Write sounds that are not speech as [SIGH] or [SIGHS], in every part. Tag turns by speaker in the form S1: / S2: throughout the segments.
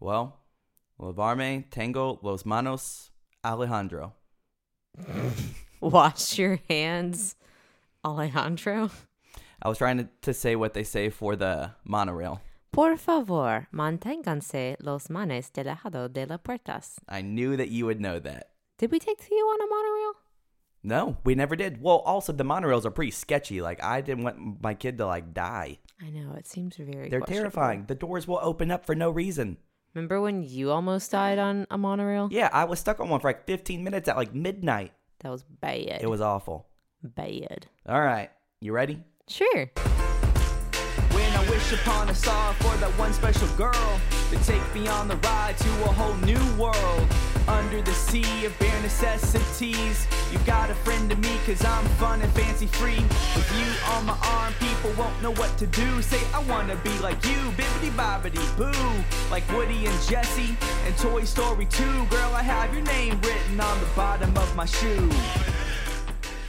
S1: Well, Lavarme, Tengo, Los Manos, Alejandro.
S2: Wash your hands, Alejandro.
S1: I was trying to, to say what they say for the monorail.
S2: Por favor, manténganse los manos del lado de las puertas.
S1: I knew that you would know that.
S2: Did we take Theo on a monorail?
S1: No, we never did. Well, also the monorails are pretty sketchy. Like I didn't want my kid to like die.
S2: I know, it seems very
S1: They're
S2: questionable.
S1: terrifying. The doors will open up for no reason.
S2: Remember when you almost died on a monorail?
S1: Yeah, I was stuck on one for like 15 minutes at like midnight.
S2: That was bad.
S1: It was awful.
S2: bad.
S1: All right, you ready?
S2: Sure.
S3: When I wish upon a star for that one special girl to take me on the ride to a whole new world. Under the sea of bare necessities, you got a friend to me cause I'm fun and fancy free. With you on my arm, people won't know what to do. Say, I wanna be like you, bibbity bobbity boo. Like Woody and Jesse and Toy Story 2. Girl, I have your name written on the bottom of my shoe.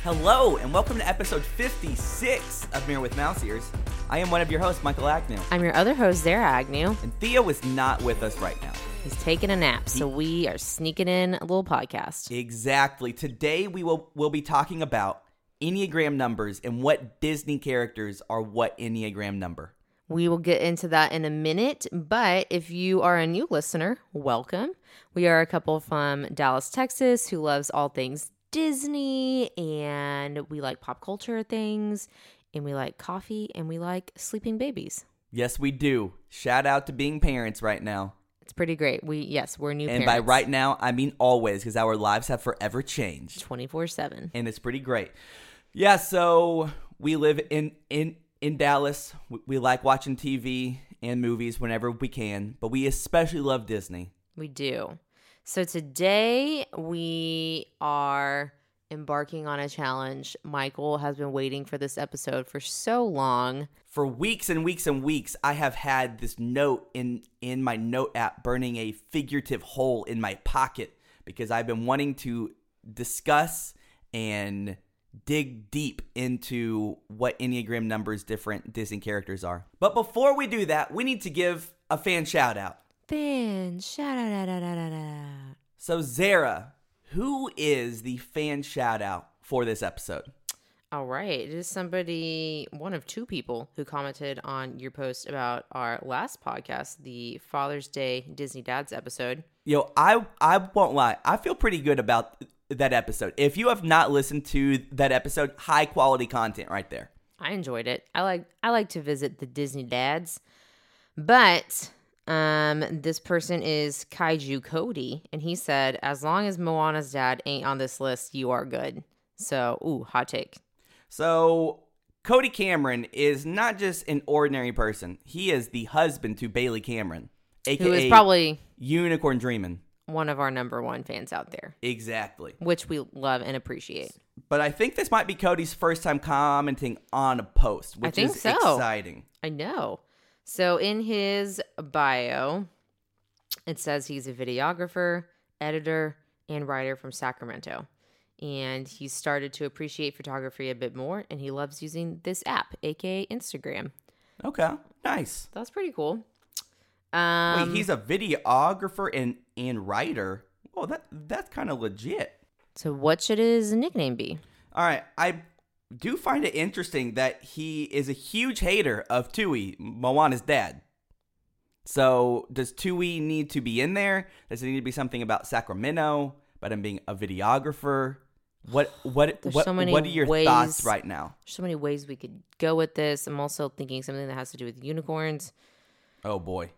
S1: Hello, and welcome to episode 56 of Mirror with Mouse Ears. I am one of your hosts, Michael Agnew,
S2: I'm your other host, Zara Agnew.
S1: and Theo is not with us right now.
S2: He's taking a nap, so we are sneaking in a little podcast.
S1: Exactly. Today we will will be talking about Enneagram numbers and what Disney characters are what Enneagram number.
S2: We will get into that in a minute, but if you are a new listener, welcome. We are a couple from Dallas, Texas, who loves all things Disney, and we like pop culture things, and we like coffee, and we like sleeping babies.
S1: Yes, we do. Shout out to being parents right now.
S2: It's pretty great. We yes, we're new
S1: And
S2: parents.
S1: by right now, I mean always because our lives have forever changed.
S2: twenty four seven.
S1: and it's pretty great. Yeah, so we live in in in Dallas. We, we like watching TV and movies whenever we can, but we especially love Disney.
S2: We do. So today we are embarking on a challenge. Michael has been waiting for this episode for so long.
S1: For weeks and weeks and weeks, I have had this note in in my note app burning a figurative hole in my pocket because I've been wanting to discuss and dig deep into what Enneagram numbers different Disney characters are. But before we do that, we need to give a fan shout out.
S2: Ben, shout out, out, out, out, out, out.
S1: So, Zara, who is the fan shout out for this episode?
S2: All right. It is somebody, one of two people, who commented on your post about our last podcast, the Father's Day Disney Dads episode.
S1: Yo, I I won't lie. I feel pretty good about that episode. If you have not listened to that episode, high quality content right there.
S2: I enjoyed it. I like I like to visit the Disney dads. But um this person is Kaiju Cody and he said as long as Moana's dad ain't on this list, you are good. So, ooh, hot take.
S1: So, Cody Cameron is not just an ordinary person. He is the husband to Bailey Cameron, aka
S2: Who is probably
S1: Unicorn Dreamin'.
S2: one of our number 1 fans out there,
S1: Exactly.
S2: which we love and appreciate.
S1: But I think this might be Cody's first time commenting on a post, which
S2: think
S1: is
S2: so.
S1: exciting.
S2: I know. So in his bio, it says he's a videographer, editor, and writer from Sacramento. And he started to appreciate photography a bit more, and he loves using this app, aka Instagram.
S1: Okay. Nice.
S2: That's pretty cool. Um,
S1: Wait, he's a videographer and and writer. Oh, that that's kind of legit.
S2: so, what should his nickname be?
S1: All right, I do find it interesting that he is a huge hater of Tui, Moana's dad. So, does Tui need to be in there? Does it need to be something about Sacramento? About him being a videographer? What what
S2: There's
S1: what,
S2: so many
S1: what are your
S2: ways-
S1: thoughts right now?
S2: There's so many ways we could go with this. I'm also thinking something that has to do with unicorns,
S1: Oh boy.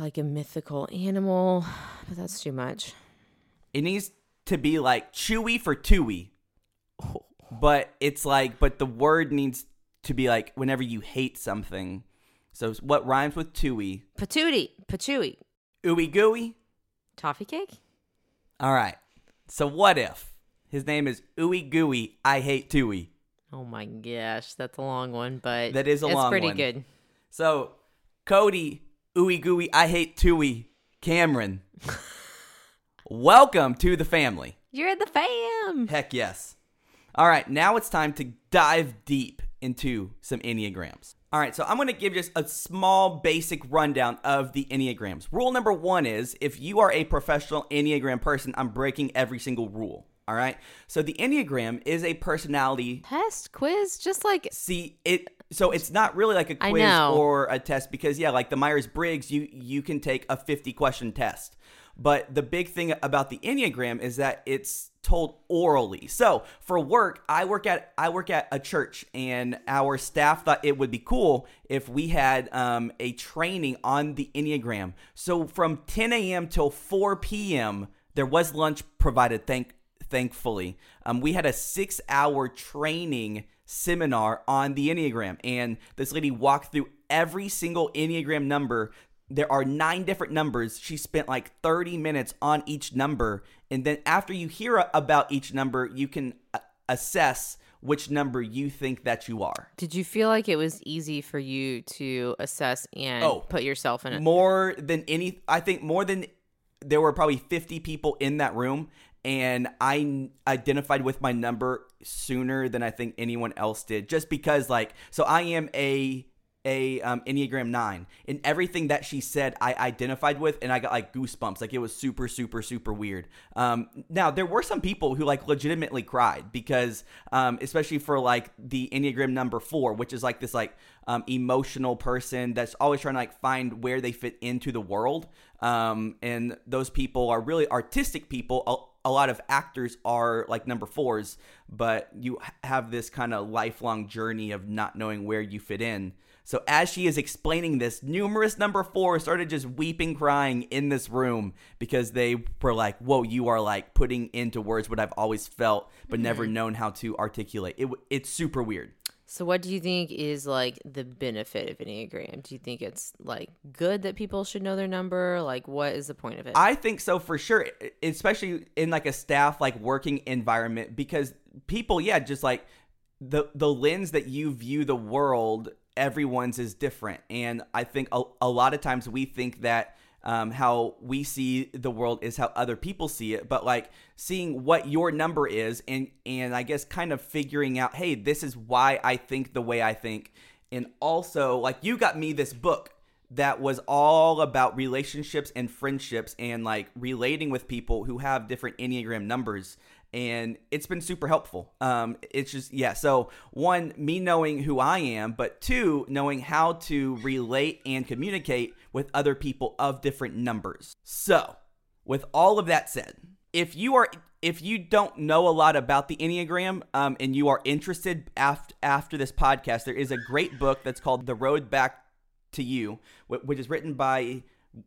S2: like a mythical animal, [SIGHS] but that's too much.
S1: It needs to be like chewy for Tui. But it's like, but the word needs to be like whenever you hate something. So what rhymes with Tui?
S2: Patootie, patooey,
S1: Ooey gooey?
S2: toffee cake?
S1: All right. So what if his name is Ooey gooey? I hate Tui.
S2: Oh my gosh, that's a long one, but
S1: That is a
S2: it's
S1: long
S2: pretty
S1: one.
S2: good.
S1: So Cody, Ooey gooey, I hate Tui, Cameron. Welcome to the family.
S2: You're the fam.
S1: Heck yes. All right, now it's time to dive deep into some Enneagrams. All right, so I'm going to give just a small basic rundown of the Enneagrams. Rule number one is if you are a professional Enneagram person, I'm breaking every single rule. All right, so the Enneagram is a personality.
S2: Test quiz, just like
S1: See, it so it's not really like a
S2: I
S1: quiz
S2: know.
S1: or a test because yeah, like the Myers Briggs, you you can take a 50 question test. But the big thing about the Enneagram is that it's told orally. So for work, I work at I work at a church, and our staff thought it would be cool if we had um, a training on the Enneagram. So from 10 a.m. till 4 p.m., there was lunch provided. Thank thankfully. Um, we had a six hour training seminar on the Enneagram, and this lady walked through every single Enneagram number. There are nine different numbers. She spent like 30 minutes on each number. And then after you hear about each number, you can uh, assess which number you think that you are.
S2: Did you feel like it was easy for you to assess and
S1: Oh.
S2: put yourself in it?
S1: more than any i think more than there were probably 50 people in that room and i n- identified with my number sooner than i think anyone else did just because like so i am a a um, enneagram 9 and everything that she said i identified with and i got like goosebumps like it was super super super weird um, now there were some people who like legitimately cried because um, especially for like the enneagram number four which is like this like um, emotional person that's always trying to like find where they fit into the world um, and those people are really artistic people a, a lot of actors are like number fours but you h- have this kind of lifelong journey of not knowing where you fit in so as she is explaining this numerous number fours started just weeping crying in this room because they were like whoa you are like putting into words what i've always felt but never known how to articulate it, w- it's super weird
S2: So, what do you think is like the benefit of Enneagram? Do you think it's like good that people should know their number? Like, what is the point of it?
S1: I think so for sure, e- especially in like a staff like working environment because people, yeah, just like the the lens that you view the world, everyone's is different, and I think a, a lot of times we think that. Um, how we see the world is how other people see it, but like seeing what your number is, and and I guess kind of figuring out, hey, this is why I think the way I think, and also like you got me this book, that was all about relationships and friendships and like relating with people who have different enneagram numbers and it's been super helpful um it's just yeah so one me knowing who i am but two knowing how to relate and communicate with other people of different numbers so with all of that said if you are if you don't know a lot about the enneagram um, and you are interested after after this podcast there is a great book that's called the road back to you wh- which is written by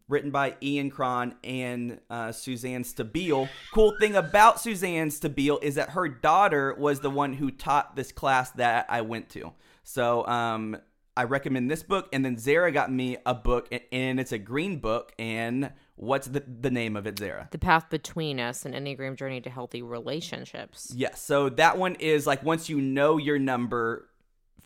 S1: written by ian cron and uh, suzanne stabile cool thing about suzanne stabile is that her daughter was the one who taught this class that i went to so um, i recommend this book and then zara got me a book a- and it's a green book and what's the, the name of it zara
S2: the path between us and Enneagram journey to healthy relationships.
S1: Yes. So that one is like once you know your number,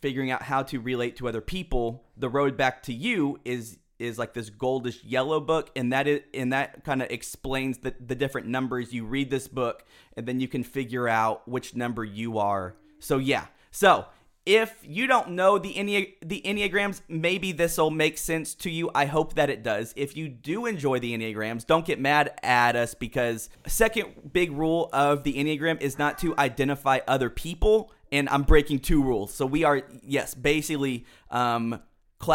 S1: figuring out how to relate to other people, the road back to you is is like this goldish yellow book and that is and that kind of explains the, the different numbers you read this book and then you can figure out which number you are so yeah so if you don't know the Ennea- the enneagrams, maybe this will make sense to you. I hope that it does. If you do enjoy the enneagrams, don't get mad at us because second big rule of the enneagram is not to identify other people. And I'm breaking two rules, so we are yes, basically um,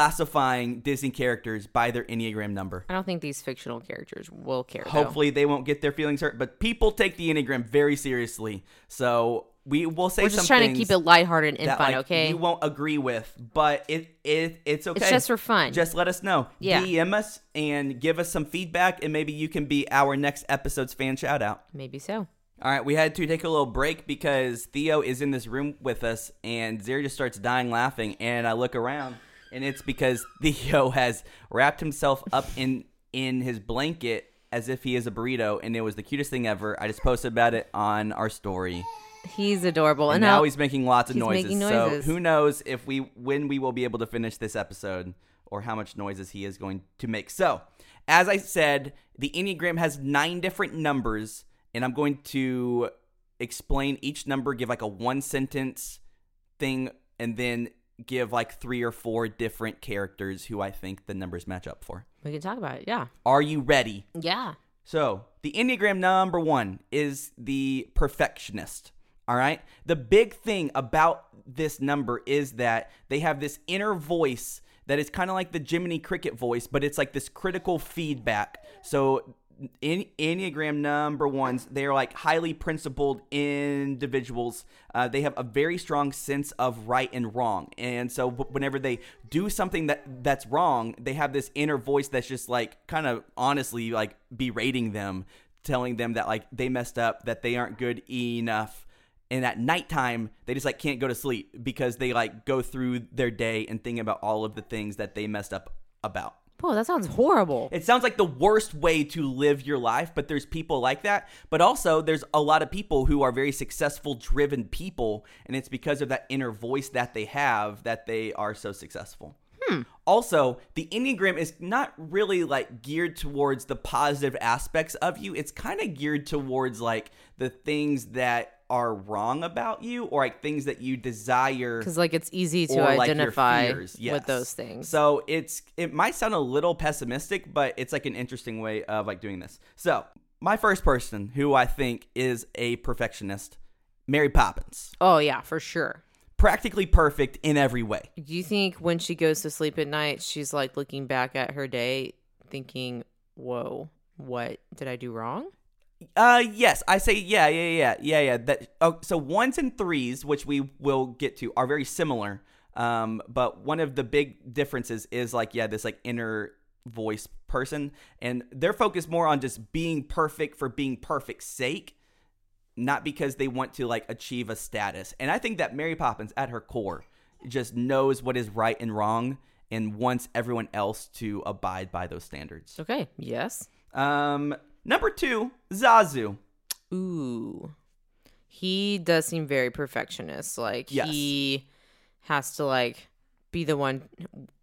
S1: classifying Disney characters by their enneagram number.
S2: I don't think these fictional characters will care. though.
S1: Hopefully, they won't get their feelings hurt, but people take the enneagram very seriously, so we will say
S2: we're just
S1: some
S2: trying to
S1: things
S2: keep it lighthearted and
S1: that,
S2: fun.
S1: like,
S2: okay,
S1: you won't agree with, but it it it's okay.
S2: it's just for fun.
S1: Just let us know.
S2: Yeah.
S1: DM us and give us some feedback, and maybe you can be our next episode's fan shout out.
S2: Maybe so.
S1: All right, we had to take a little break because Theo is in this room with us, and Zeri just starts dying laughing, and I look around, and it's because [LAUGHS] Theo has wrapped himself up in in his blanket as if he is a burrito, and it was the cutest thing ever. I just posted about it on our story.
S2: He's adorable.
S1: And
S2: And
S1: now
S2: I'll-
S1: he's making lots of
S2: he's
S1: noises.
S2: making noises.
S1: So who knows if we when we will be able to finish this episode or how much noises he is going to make. So, as I said, the Enneagram has nine different numbers, and I'm going to explain each number, give like a one sentence thing, and then give like three or four different characters who I think the numbers match up for.
S2: We can talk about it. Yeah.
S1: Are you ready?
S2: Yeah.
S1: So, the Enneagram number one is the perfectionist. All right. The big thing about this number is that they have this inner voice that is kind of like the Jiminy Cricket voice, but it's like this critical feedback. So, in Enneagram number ones, they're like highly principled individuals. Uh, they have a very strong sense of right and wrong. And so, wh- whenever they do something that that's wrong, they have this inner voice that's just like kind of honestly like berating them, telling them that like they messed up, that they aren't good enough and at nighttime they just like can't go to sleep because they like go through their day and think about all of the things that they messed up about.
S2: Whoa, that sounds horrible.
S1: It sounds like the worst way to live your life, but there's people like that. But also, there's a lot of people who are very successful, driven people, and it's because of that inner voice that they have that they are so successful. Also, the Enneagram is not really like geared towards the positive aspects of you. It's kind of geared towards like the things that are wrong about you or like things that you desire
S2: Because like it's easy
S1: or,
S2: to
S1: like, your
S2: identify
S1: fears. Yes.
S2: with those things.
S1: So it's it might sound a little pessimistic, but it's like an interesting way of like doing this. So my first person who I think is a perfectionist, Mary Poppins,
S2: oh yeah, for sure.
S1: practically perfect in every way.
S2: Do you think when she goes to sleep at night, she's like looking back at her day, thinking, "Whoa, what did I do wrong?"
S1: Uh, yes, I say yeah, yeah, yeah, yeah, yeah. That oh, so ones and threes, which we will get to, are very similar. Um, but one of the big differences is like yeah, this like inner voice person, and they're focused more on just being perfect for being perfect's sake, not because they want to like achieve a status. And I think that Mary Poppins, at her core, just knows what is right and wrong, and wants everyone else to abide by those standards.
S2: Okay. Yes.
S1: Um, number two, Zazu.
S2: Ooh. He does seem very perfectionist. Like
S1: Yes.
S2: he has to like be the one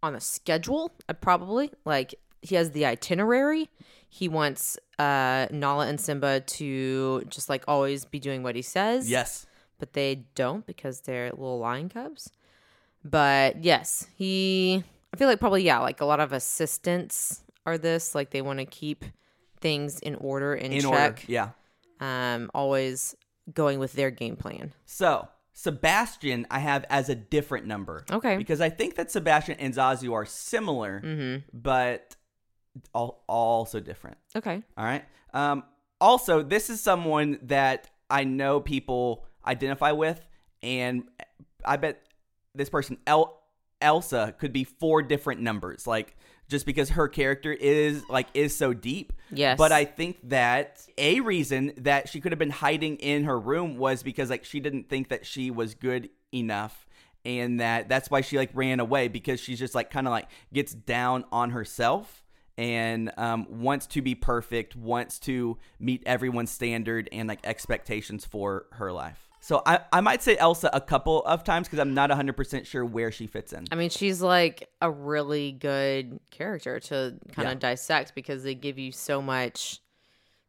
S2: on a schedule, uh, probably. Like he has the itinerary. He wants uh Nala and Simba to just like always be doing what he says.
S1: Yes.
S2: But they don't because they're little lion cubs. But yes, he I feel like probably yeah, like a lot of assistants are this. Like they want to keep things in order and
S1: in
S2: check
S1: order. Yeah.
S2: um, always going with their game plan.
S1: So Sebastian, I have as a different number.
S2: Okay. Mm.
S1: Because I think that Sebastian and Zazu are similar,
S2: Mm-hmm.
S1: but all, also different.
S2: Okay.
S1: All right. Um, also, this is someone that I know people identify with, and I bet this person El- Elsa could be four different numbers, like just because her character is like is so deep.
S2: Yes.
S1: But I think that a reason that she could have been hiding in her room was because like she didn't think that she was good enough and that that's why she like ran away because she's just like kind of like gets down on herself and um, wants to be perfect, wants to meet everyone's standard and like expectations for her life. So I, I might say Elsa a couple of times because I'm not 100% sure where she fits in.
S2: I mean, she's like a really good character to kind
S1: Yeah.
S2: of dissect because they give you so much,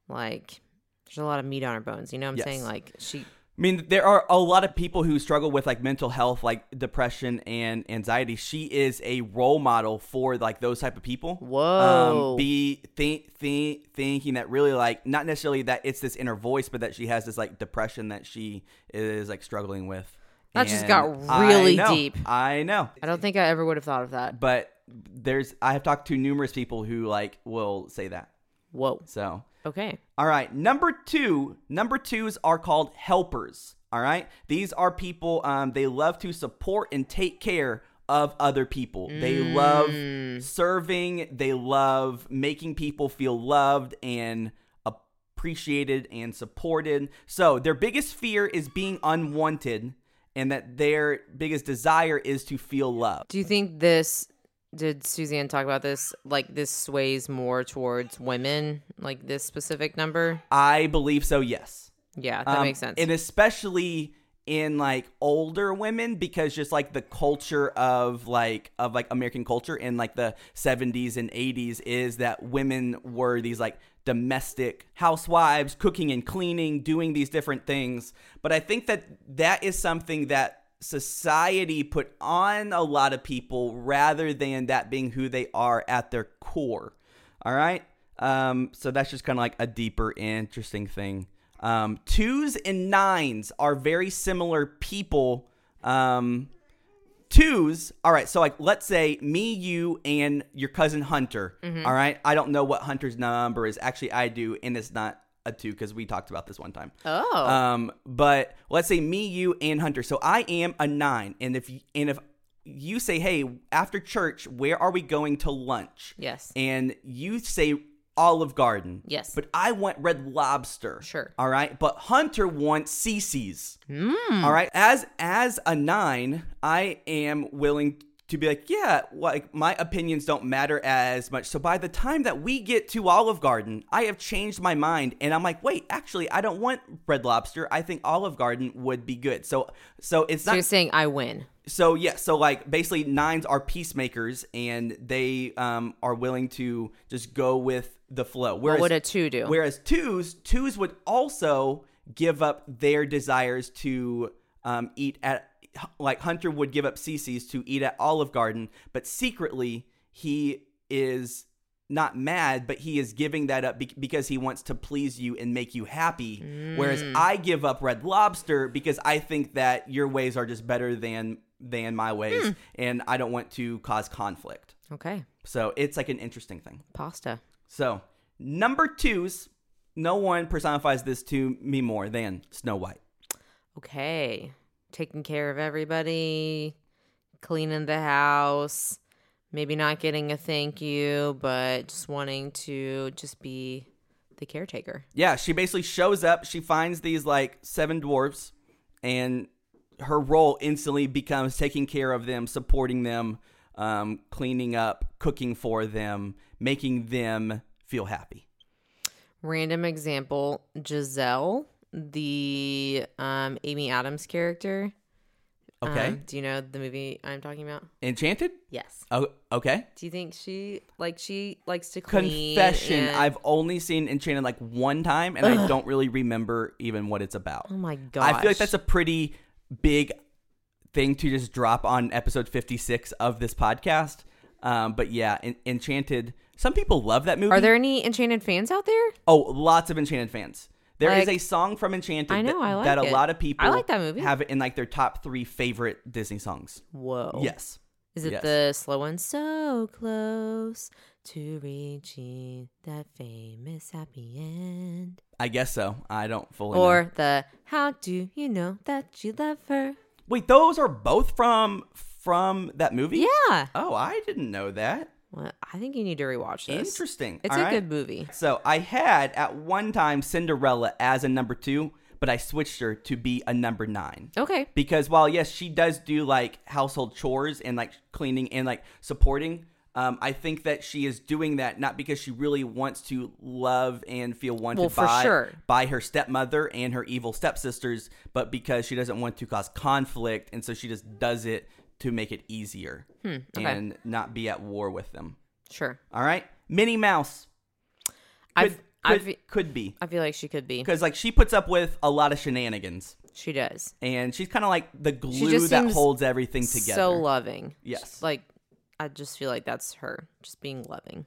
S2: like, there's a lot of meat on her bones. You know what I'm saying?
S1: Yes.
S2: Like, she,
S1: I mean, there are a lot of people who struggle with like mental health, like depression and anxiety. She is a role model for like those type of people. Um,
S2: Whoa.
S1: be think think thinking that really like not necessarily that it's this inner voice, but that she has this like depression that she is like struggling with.
S2: That just
S1: And
S2: got
S1: I
S2: really
S1: know,
S2: deep.
S1: I know,
S2: I don't think I ever would have thought of that.
S1: but there's I have talked to numerous people who like will say that.
S2: Whoa.
S1: So
S2: Okay.
S1: all right, number two. Number twos are called helpers. All right, these are people. Um, they love to support and take care of other people. They love serving. They love making people feel loved and appreciated and supported. So their biggest fear is being unwanted, and that their biggest desire is to feel loved.
S2: Do you think this, did Suzanne talk about this? Like, this sways more towards women, like this specific number?
S1: I believe so. Yes.
S2: Yeah, that
S1: Um,
S2: makes sense.
S1: And especially in like older women because just like the culture of like of like American culture in like the 70s and 80s is that women were these like domestic housewives cooking and cleaning doing these different things but I think that that is something that society put on a lot of people rather than that being who they are at their core. All right. Um, so that's just kind of like a deeper, interesting thing. Um, twos and nines are very similar people. Um, twos all right so like let's say me you and your cousin hunter all right i don't know what hunter's number is actually i do and it's not a two because we talked about this one time
S2: Oh.
S1: um but let's say me you and hunter so i am a nine and if you, and if you say hey after church where are we going to lunch
S2: yes.
S1: and you say olive garden
S2: Yes.
S1: but i want red lobster
S2: Sure.
S1: all right but hunter wants cc's
S2: Mm.
S1: all right. As as a nine, I am willing to be like, yeah, like my opinions don't matter as much. So by the time that we get to Olive Garden, I have changed my mind, and I'm like, wait, actually, I don't want Red Lobster. I think Olive Garden would be good. So so it's
S2: so you're
S1: not
S2: saying I win.
S1: so yeah. So like basically, nines are peacemakers, and they um are willing to just go with the flow. Whereas,
S2: What would a two do?
S1: Whereas twos, twos would also give up their desires to um, eat at, like Hunter would give up Cece's to eat at Olive Garden, but secretly he is not mad, but he is giving that up be- because he wants to please you and make you happy. Whereas I give up Red Lobster because I think that your ways are just better than than my ways, and I don't want to cause conflict.
S2: okay.
S1: So it's like an interesting thing.
S2: Pasta.
S1: So, number twos, no one personifies this to me more than Snow White.
S2: Okay. Taking care of everybody, cleaning the house, maybe not getting a thank you, but just wanting to just be the caretaker.
S1: Yeah, she basically shows up, she finds these like seven dwarfs, and her role instantly becomes taking care of them, supporting them, um, cleaning up, cooking for them, making them feel happy.
S2: Random example Giselle, the um, Amy Adams character.
S1: Okay.
S2: Um, do you know the movie I'm talking about?
S1: Enchanted?
S2: Yes.
S1: Oh, okay.
S2: Do you think she like she likes to clean?
S1: Confession
S2: and-
S1: I've only seen Enchanted like one time, and I don't really remember even what it's about.
S2: oh my god.
S1: I feel like that's a pretty big thing to just drop on episode 56 of this podcast. Um, but yeah, En- Enchanted. Some people love that movie.
S2: Are there any Enchanted fans out there?
S1: Oh, lots of Enchanted fans. There is
S2: Like-
S1: a song from Enchanted
S2: I know,
S1: that,
S2: I like
S1: that a
S2: it.
S1: lot of people
S2: I like that movie.
S1: have it in like their top three favorite Disney songs.
S2: Whoa.
S1: Yes.
S2: Is it
S1: Yes.
S2: the slow one? So close to reaching that famous happy end.
S1: I guess so. I don't fully know.
S2: Or the how do you know that you love her?
S1: Wait, those are both from from that movie?
S2: Yeah.
S1: Oh, I didn't know that.
S2: Well, I think you need to rewatch this.
S1: Interesting.
S2: It's
S1: All
S2: a
S1: right.
S2: good movie.
S1: So I had at one time Cinderella as a number two, but I switched her to be a number nine.
S2: Okay.
S1: Because while yes, she does do like household chores and like cleaning and like supporting, um, I think that she is doing that not because she really wants to love and feel wanted
S2: Well, for
S1: by
S2: sure.
S1: by her stepmother and her evil stepsisters, but because she doesn't want to cause conflict, and so she just does it to make it easier
S2: Hmm,
S1: and not be at war with them.
S2: Sure.
S1: All right, Minnie Mouse
S2: I
S1: could,
S2: could,
S1: could, could be
S2: I feel like she could be.
S1: because like she puts up with a lot of shenanigans
S2: She does.
S1: and she's kind of like the glue
S2: just
S1: that
S2: seems
S1: holds everything together
S2: So loving.
S1: Yes.
S2: Just, like I just feel like that's her. Just being loving.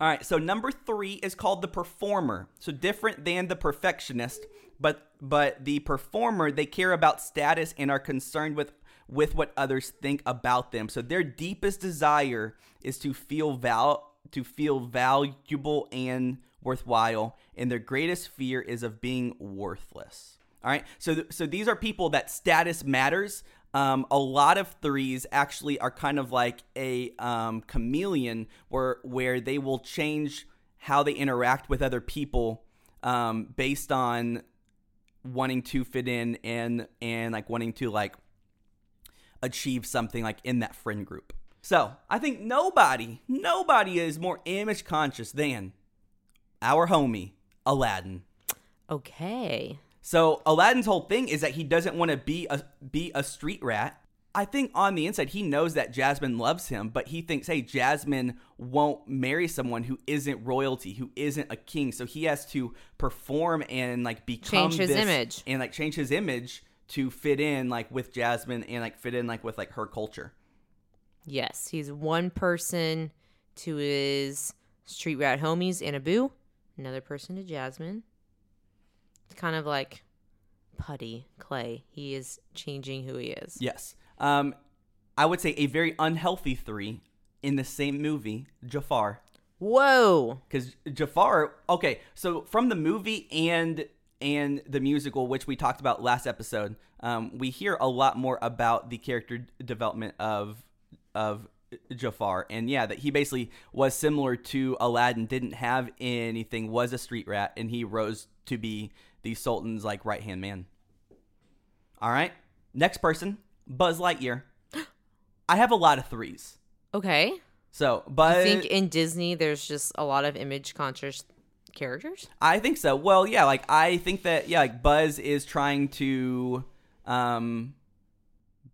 S1: all right so number three is called the performer so different than the perfectionist but but the performer they care about status and are concerned with with what others think about them so their deepest desire is to feel val to feel valuable and worthwhile and their greatest fear is of being worthless All right. So th- so these are people that status matters. Um, a lot of threes actually are kind of like a um, chameleon, where where they will change how they interact with other people um, based on wanting to fit in and and like wanting to like achieve something like in that friend group. So I think nobody nobody is more image conscious than our homie Aladdin.
S2: Okay.
S1: So Aladdin's whole thing is that he doesn't want to be a be a street rat. I think on the inside he knows that Jasmine loves him, but he thinks, hey, Jasmine won't marry someone who isn't royalty, who isn't a king. So he has to perform and like become
S2: Change his
S1: this-
S2: image.
S1: and like change his image to fit in like with Jasmine and like fit in like with like her culture.
S2: Yes, he's one person to his street rat homies and Abu, another person to Jasmine. It's kind of like putty clay. He is changing who he is.
S1: Yes. Um, I would say a very unhealthy three in the same movie, Jafar.
S2: Whoa.
S1: because Jafar. Okay, so from the movie and and the musical, which we talked about last episode, um, we hear a lot more about the character d- development of of Jafar, and yeah, that he basically was similar to Aladdin, didn't have anything, was a street rat, and he rose to be the Sultan's like right hand man. All right, next person, Buzz Lightyear. I have a lot of threes.
S2: Okay.
S1: So,
S2: I
S1: Buzz.
S2: think in Disney there's just a lot of image conscious characters.
S1: I think so. Well, yeah, like I think that yeah, like Buzz is trying to um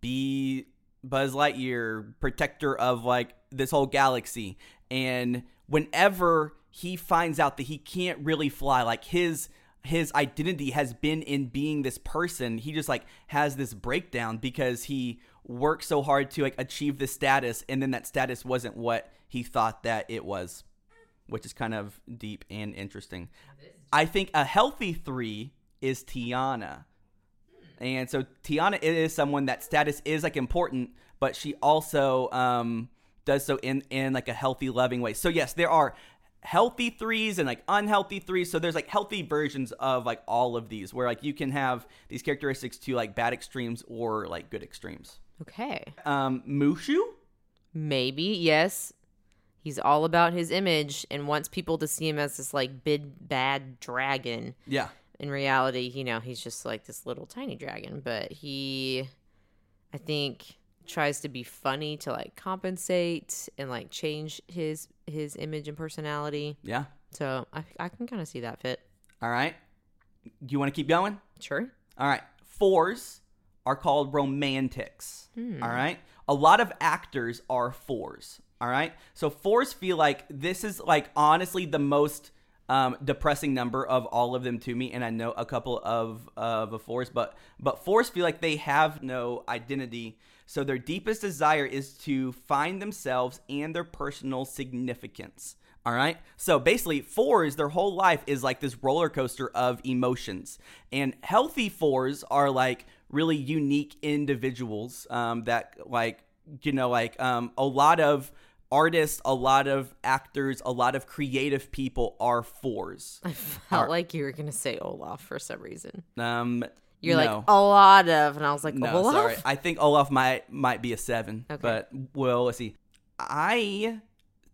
S1: be Buzz Lightyear, protector of like this whole galaxy. And whenever he finds out that he can't really fly, like his his identity has been in being this person, he just like has this breakdown because he worked so hard to like achieve this status and then that status wasn't what he thought that it was which is kind of deep and interesting. I think a healthy three is Tiana. And so Tiana is someone that status is like important, but she also um, does so in in like a healthy, loving way. So yes, there are healthy threes and like unhealthy threes. So there's like healthy versions of like all of these, where like you can have these characteristics to like bad extremes or like good extremes.
S2: Okay.
S1: Um, Mushu,
S2: Maybe, yes. He's all about his image and wants people to see him as this like big bad dragon.
S1: yeah,
S2: in reality, you know, he's just like this little tiny dragon, but he I think tries to be funny to like compensate and like change his his image and personality.
S1: yeah.
S2: So I I can kind of see that fit.
S1: All right. Do you want to keep going?
S2: Sure.
S1: All right. Fours are called romantics. All right. A lot of actors are fours. All right. So fours feel like this is like honestly the most um, depressing number of all of them to me, and I know a couple of of the fours, but but fours feel like they have no identity. So their deepest desire is to find themselves and their personal significance. All right. So basically, fours, their whole life is like this roller coaster of emotions. And healthy fours are like really unique individuals um, that, like, you know, like um, a lot of artists, a lot of actors, a lot of creative people are
S2: [LAUGHS]
S1: fours.
S2: I felt like you were going to say Olaf for some reason.
S1: Um,
S2: You're
S1: no.
S2: like a lot of and I was like
S1: No,
S2: Olaf.
S1: sorry. I think Olaf might might be a seven.
S2: Okay.
S1: But well, let's see. I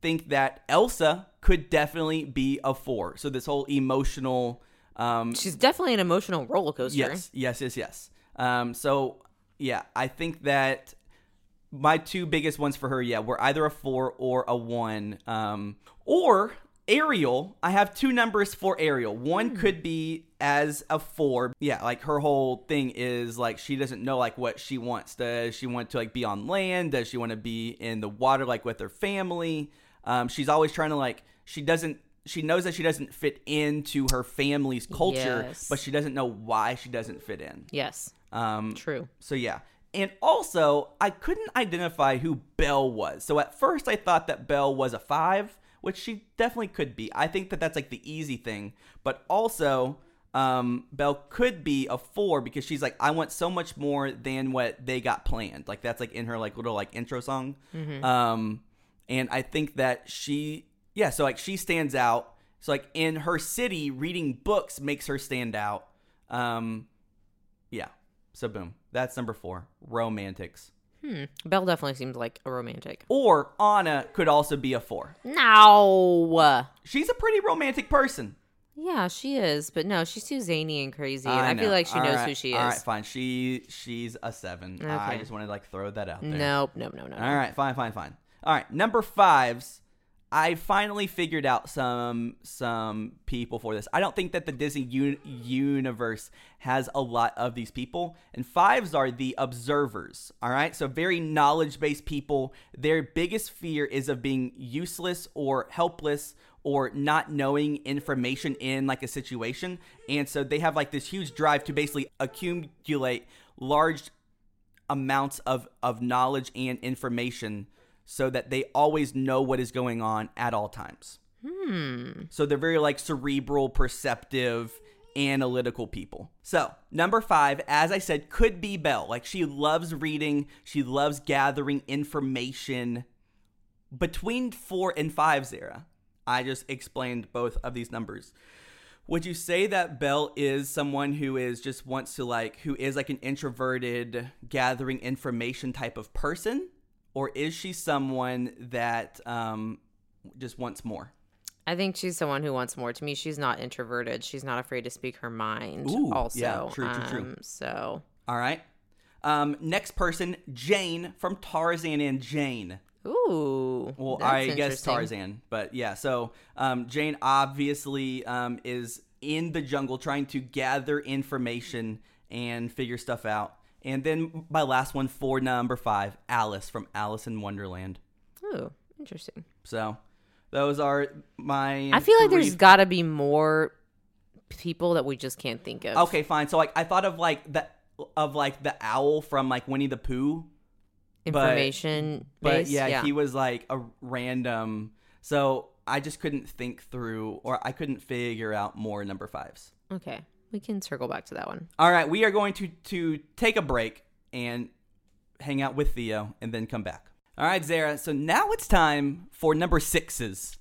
S1: think that Elsa could definitely be a four. So this whole emotional um
S2: She's definitely an emotional roller coaster.
S1: yes, yes, yes, yes. Um so yeah, I think that my two biggest ones for her, yeah, were either a four or a one. Um, or Ariel, I have two numbers for Ariel. One could be as a four. Yeah, like her whole thing is like she doesn't know like what she wants. Does she want to like be on land? Does she want to be in the water like with her family? Um, she's always trying to like she doesn't she knows that she doesn't fit into her family's culture,
S2: Yes.
S1: but she doesn't know why she doesn't fit in.
S2: Yes.
S1: Um,
S2: True.
S1: so yeah. And also, I couldn't identify who Belle was. So at first, I thought that Belle was a five, which she definitely could be. I think that that's like the easy thing. But also, um, Belle could be a four because she's like, I want so much more than what they got planned. Like that's like in her like little like intro song. Um, and I think that she, yeah, so like she stands out. So like in her city, reading books makes her stand out. Um, yeah. So boom. That's number four. Romantics.
S2: Hmm. Belle definitely seems like a romantic.
S1: Or Anna could also be a four.
S2: No.
S1: She's a pretty romantic person.
S2: Yeah, she is, but no, she's too zany and crazy, and
S1: I
S2: I, feel
S1: know.
S2: like she
S1: All
S2: knows
S1: right.
S2: who she is.
S1: All right, fine. She she's a seven. I
S2: Okay.
S1: just wanted to like throw that out there.
S2: Nope, nope, no, no. no.
S1: All right, fine, fine, fine. All right, number fives. I finally figured out some some people for this. I don't think that the Disney un- universe has a lot of these people. And fives are the observers. All right, so very knowledge based people. Their biggest fear is of being useless or helpless or not knowing information in like a situation. And so they have like this huge drive to basically accumulate large amounts of of knowledge and information so that they always know what is going on at all times. Hmm. So they're very like cerebral, perceptive, analytical people. So, number 5, as I said, could be Belle. Like she loves reading, she loves gathering information between 4 and 5 Zara. I just explained both of these numbers. Would you say that Belle is someone who is just wants to like who is like an introverted gathering information type of person, or is she someone that um, just wants more?
S2: I think she's someone who wants more. To me, she's not introverted. She's not afraid to speak her mind.
S1: Ooh,
S2: also,
S1: yeah, true, true, true.
S2: Um, so
S1: All right. Um, next person, Jane from Tarzan and Jane.
S2: ooh.
S1: Well,
S2: that's
S1: I guess
S2: interesting.
S1: Tarzan, but yeah. So um, Jane obviously um, is in the jungle trying to gather information and figure stuff out. And then my last one for number five, Alice from Alice in Wonderland.
S2: Ooh, interesting.
S1: So those are my.
S2: I feel like
S1: three-
S2: there's got to be more people that we just can't think of.
S1: Okay, fine. So like I thought of like the of like the owl from like Winnie the Pooh,
S2: Information
S1: but
S2: based.
S1: yeah,
S2: yeah.
S1: he was like a random. So I just couldn't think through, or I couldn't figure out more number fives.
S2: okay. We can circle back to that one.
S1: All right, we are going to to take a break and hang out with Theo, and then come back. All right, Zara. So now it's time for number sixes.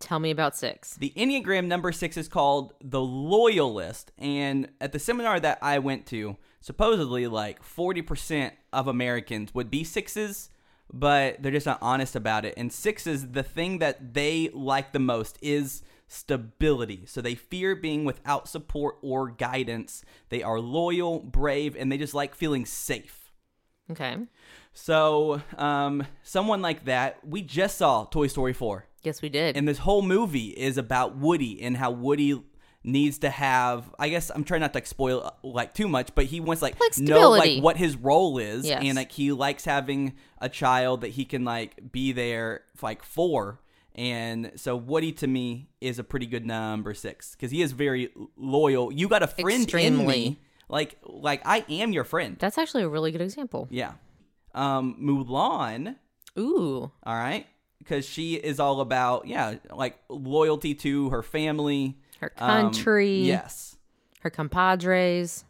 S2: Tell me about six.
S1: The Enneagram number six is called the Loyalist, and at the seminar that I went to, supposedly like 40% of Americans would be sixes, but they're just not honest about it. And sixes, the thing that they like the most is stability. So they fear being without support or guidance. They are loyal, brave, and they just like feeling safe.
S2: Okay.
S1: So, um, someone like that, we just saw Toy Story 4.
S2: Yes, we did.
S1: And this whole movie is about Woody and how Woody needs to have. I guess I'm trying not to like, spoil uh, like too much, but he wants like,
S2: Like
S1: know like
S2: stability.
S1: what his role is,
S2: Yes.
S1: and like he likes having a child that he can like be there like for. And so Woody to me is a pretty good number six because he is very loyal. You got a friend in
S2: Extremely.
S1: me, like like I am your friend.
S2: That's actually a really good example.
S1: Yeah, um, Mulan
S2: Ooh.
S1: all right because she is all about yeah like loyalty to her family
S2: Her
S1: um,
S2: country.
S1: yes
S2: Her compadres.